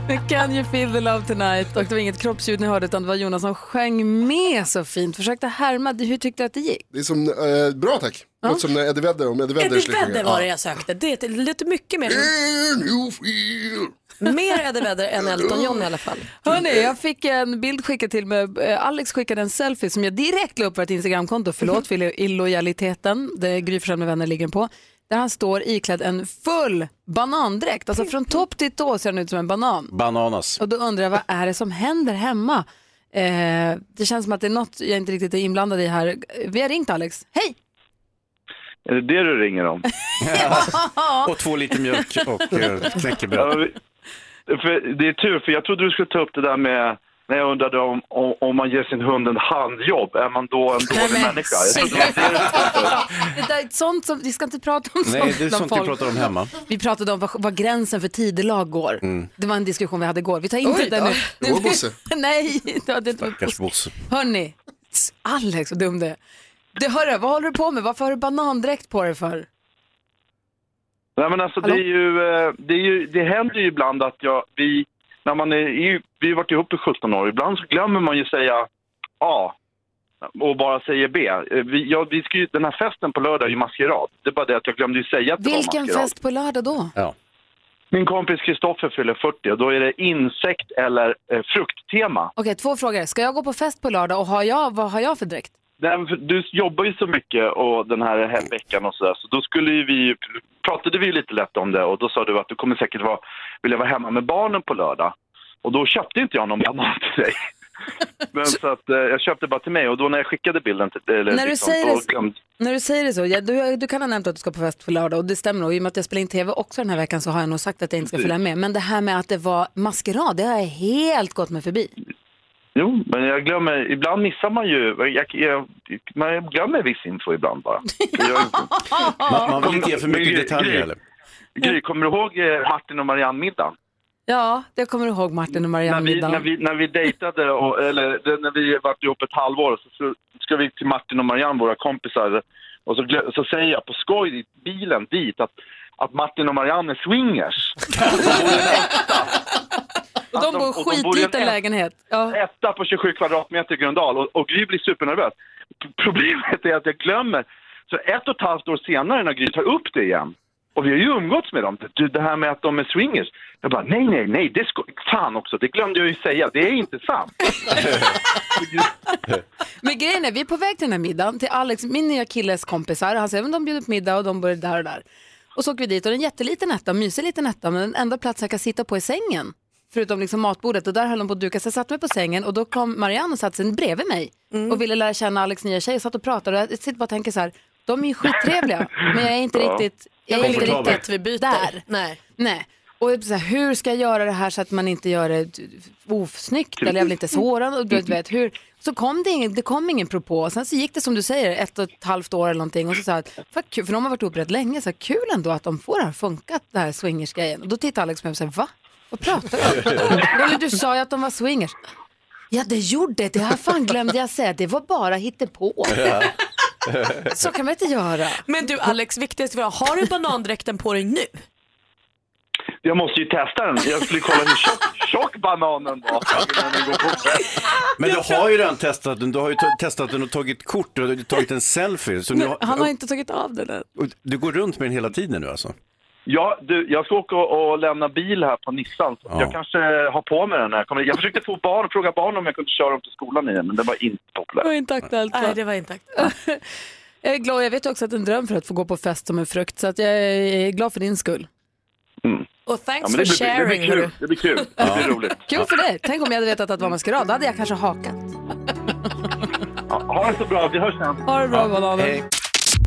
[SPEAKER 1] med Can you feel the love tonight? Och det var inget kroppsljud ni hörde utan det var Jonas som sjöng med så fint. Försökte härma, hur tyckte du att det gick?
[SPEAKER 5] Det är som, eh, bra tack.
[SPEAKER 1] Ja.
[SPEAKER 5] Låter som när Eddie Vedder om Eddie Vedder
[SPEAKER 2] Eddie
[SPEAKER 5] skulle sjunga.
[SPEAKER 2] Vedder var det
[SPEAKER 5] Ja.
[SPEAKER 2] jag sökte. Det låter mycket mer...
[SPEAKER 5] Can you feel?
[SPEAKER 2] Mer Eddie Vedder än Elton John i alla fall.
[SPEAKER 1] Hörni, jag fick en bild skickad till mig. Eh, Alex skickade en selfie som jag direkt la upp på ett Instagramkonto. Förlåt för illojaliteten. Det är Gry Forssell med vänner ligger på. Där han står iklädd en full banandräkt. Alltså från topp till tå ser han ut som en banan.
[SPEAKER 3] Bananas.
[SPEAKER 1] Och då undrar jag, vad är det som händer hemma? Eh, det känns som att det är något jag inte riktigt är inblandad i här. Vi har ringt Alex. Hej!
[SPEAKER 9] Är det det du ringer om?
[SPEAKER 3] Och två liter mjölk och eh, knäckebröd.
[SPEAKER 9] Ja, men vi- för det är tur, för jag trodde du skulle ta upp det där med när jag undrade om, om, om man ger sin hund en handjobb, är man då en dålig människa? Jag trodde det var det du skulle ta upp.
[SPEAKER 1] Det där är sånt som, vi ska inte prata om
[SPEAKER 3] Nej,
[SPEAKER 1] sånt
[SPEAKER 3] det är
[SPEAKER 1] bland
[SPEAKER 3] sånt vi
[SPEAKER 1] folk.
[SPEAKER 3] pratar om hemma.
[SPEAKER 1] Vi pratade om vad, vad gränsen för tidelag går. Det var en diskussion vi hade igår. Vi tar inte
[SPEAKER 3] Oj då.
[SPEAKER 1] den nu.
[SPEAKER 3] Det var Bosse.
[SPEAKER 1] Nej, det var det inte.
[SPEAKER 3] Kanske bosse.
[SPEAKER 1] Hörni, Alex vad dum du är. Du, hörru, vad håller du på med? Varför har du banandräkt på dig för?
[SPEAKER 9] Nej men alltså det är, ju, eh, det är ju, det händer ju ibland att jag, vi, när man är, i- vi har varit ihop i 17 år, ibland så glömmer man ju säga A och bara säger B. Eh, Vi, ja, vi ska ju, den här festen på lördag är ju maskerad, det är bara det att jag glömde ju säga att det var
[SPEAKER 1] Vilken
[SPEAKER 9] maskerad.
[SPEAKER 1] fest på lördag då?
[SPEAKER 9] Min kompis Kristoffer fyller 40 och då är det insekt eller eh, frukttema.
[SPEAKER 1] Okej, två frågor. Ska jag gå på fest på lördag och har jag, vad har jag för dräkt?
[SPEAKER 9] Den, för du jobbar ju så mycket och den här, här veckan och sådär så då skulle ju vi, pratade vi lite lätt om det och då sa du att du kommer säkert vara, vilja vara hemma med barnen på lördag. Och då köpte inte jag någon banan till dig. Men så att eh, jag köpte bara till mig och då när jag skickade bilden till eller
[SPEAKER 1] När du säger
[SPEAKER 9] då
[SPEAKER 1] det-
[SPEAKER 9] glömde-
[SPEAKER 1] När du säger det så, ja, du, du kan ha nämnt att du ska på fest på lördag och det stämmer nog. I och med att jag spelar in tv också den här veckan så har jag nog sagt att jag inte ska
[SPEAKER 9] Precis.
[SPEAKER 1] följa med. Men det här med att det var maskerad, det har jag helt gått mig förbi.
[SPEAKER 9] Jo, men jag glömmer, ibland missar man ju, jag, jag, man glömmer viss info ibland bara.
[SPEAKER 3] Man, man vill inte ge för mycket detaljer eller?
[SPEAKER 9] Gry, kommer du ihåg eh, Martin och Marianne-middagen?
[SPEAKER 1] Ja, det kommer du ihåg Martin och Marianne
[SPEAKER 9] när vi, när
[SPEAKER 1] middagen.
[SPEAKER 9] vi, när vi dejtade, och, eller det- när vi varit ihop ett halvår, så, så ska vi till Martin och Marianne, våra kompisar, och så, glö- så säger jag på skoj i bilen dit att, att Martin och Marianne är swingers.
[SPEAKER 25] Och de bor i
[SPEAKER 9] och de bor i en
[SPEAKER 25] skitliten
[SPEAKER 9] etta.
[SPEAKER 25] lägenhet. Ja.
[SPEAKER 9] etta på 27 kvadratmeter i Gröndal och, och Gry blir supernervös. P- Problemet är att jag glömmer. Så ett och ett halvt år senare när Gry tar upp det igen och vi har ju umgåtts med dem. Du, det här med att de är swingers. Jag bara, nej, nej, nej, det sko- fan också, det glömde jag ju säga, det är inte sant.
[SPEAKER 1] Men grejen är, vi är på väg till den här middagen till Alex, min nya killes kompisar. Han säger att de bjuder på middag och de bor där och där. Och så åker vi dit och det är en jätteliten etta, en mysig liten etta, men den enda platsen jag kan sitta på är sängen. Förutom liksom matbordet och där höll de på att duka. Så jag satte mig på sängen och då kom Marianne och satte sig bredvid mig och ville lära känna Alex nya tjej. Jag satt och pratade och jag sitter bara och tänker så här, de är ju skittrevliga, men jag är inte
[SPEAKER 12] Ja.
[SPEAKER 1] riktigt, jag är inte
[SPEAKER 12] Komfortabel.
[SPEAKER 1] riktigt vi byter. där. Nej. Nej. Och jag blir så här, hur ska jag göra det här så att man inte gör det osnyggt eller jag vill inte såra någon, och du vet hur. Så kom det ingen, det kom ingen propå. Sen så gick det som du säger ett och ett halvt år eller någonting och så sa jag att, "Vad kul", för de har varit ihop rätt länge, så här, kul ändå att de får det här funkat, det här swingersgrejen. Och då tittar Alex på mig och säger, va? Vad pratar du om? Eller du sa ju att de var swingers. Ja det gjorde det, här fan glömde jag säga, det var bara hittepå. Så kan man inte göra.
[SPEAKER 2] Men du Alex, viktigast för har du banandräkten på dig nu?
[SPEAKER 9] Jag måste ju testa den, jag skulle kolla hur tjock, tjock bananen var innan den går på sig.
[SPEAKER 3] Men du har ju redan testat den, du har ju ta- testat den och tagit kort och tagit en selfie. Så nu
[SPEAKER 25] Men
[SPEAKER 3] har,
[SPEAKER 25] han har inte tagit av den än.
[SPEAKER 3] och du går runt med den hela tiden nu alltså?
[SPEAKER 9] Ja, du, jag ska åka och, och lämna bil här på Nissan. Så
[SPEAKER 3] Ja.
[SPEAKER 9] Jag kanske har på mig den när jag kommer. Jag försökte få barn, fråga barn om jag kunde köra dem till skolan i den, men det var inte
[SPEAKER 1] Det var
[SPEAKER 9] populärt.
[SPEAKER 1] inte aktuellt. va?
[SPEAKER 2] Nej, det var inte aktuellt.
[SPEAKER 1] Jag är glad, jag vet ju också att det är en dröm för att få gå på fest som en frukt, så att jag är glad för din skull.
[SPEAKER 2] Och thanks
[SPEAKER 9] men det
[SPEAKER 2] for
[SPEAKER 9] blir-
[SPEAKER 2] sharing.
[SPEAKER 9] Det blir kul,
[SPEAKER 2] hörru.
[SPEAKER 9] det blir kul. Det blir roligt.
[SPEAKER 1] Kul för dig! Tänk om jag hade vetat att det var maskerad, då hade jag kanske hakat.
[SPEAKER 9] Ja, ha det så bra, vi hörs sen.
[SPEAKER 1] Ha det bra, bananen.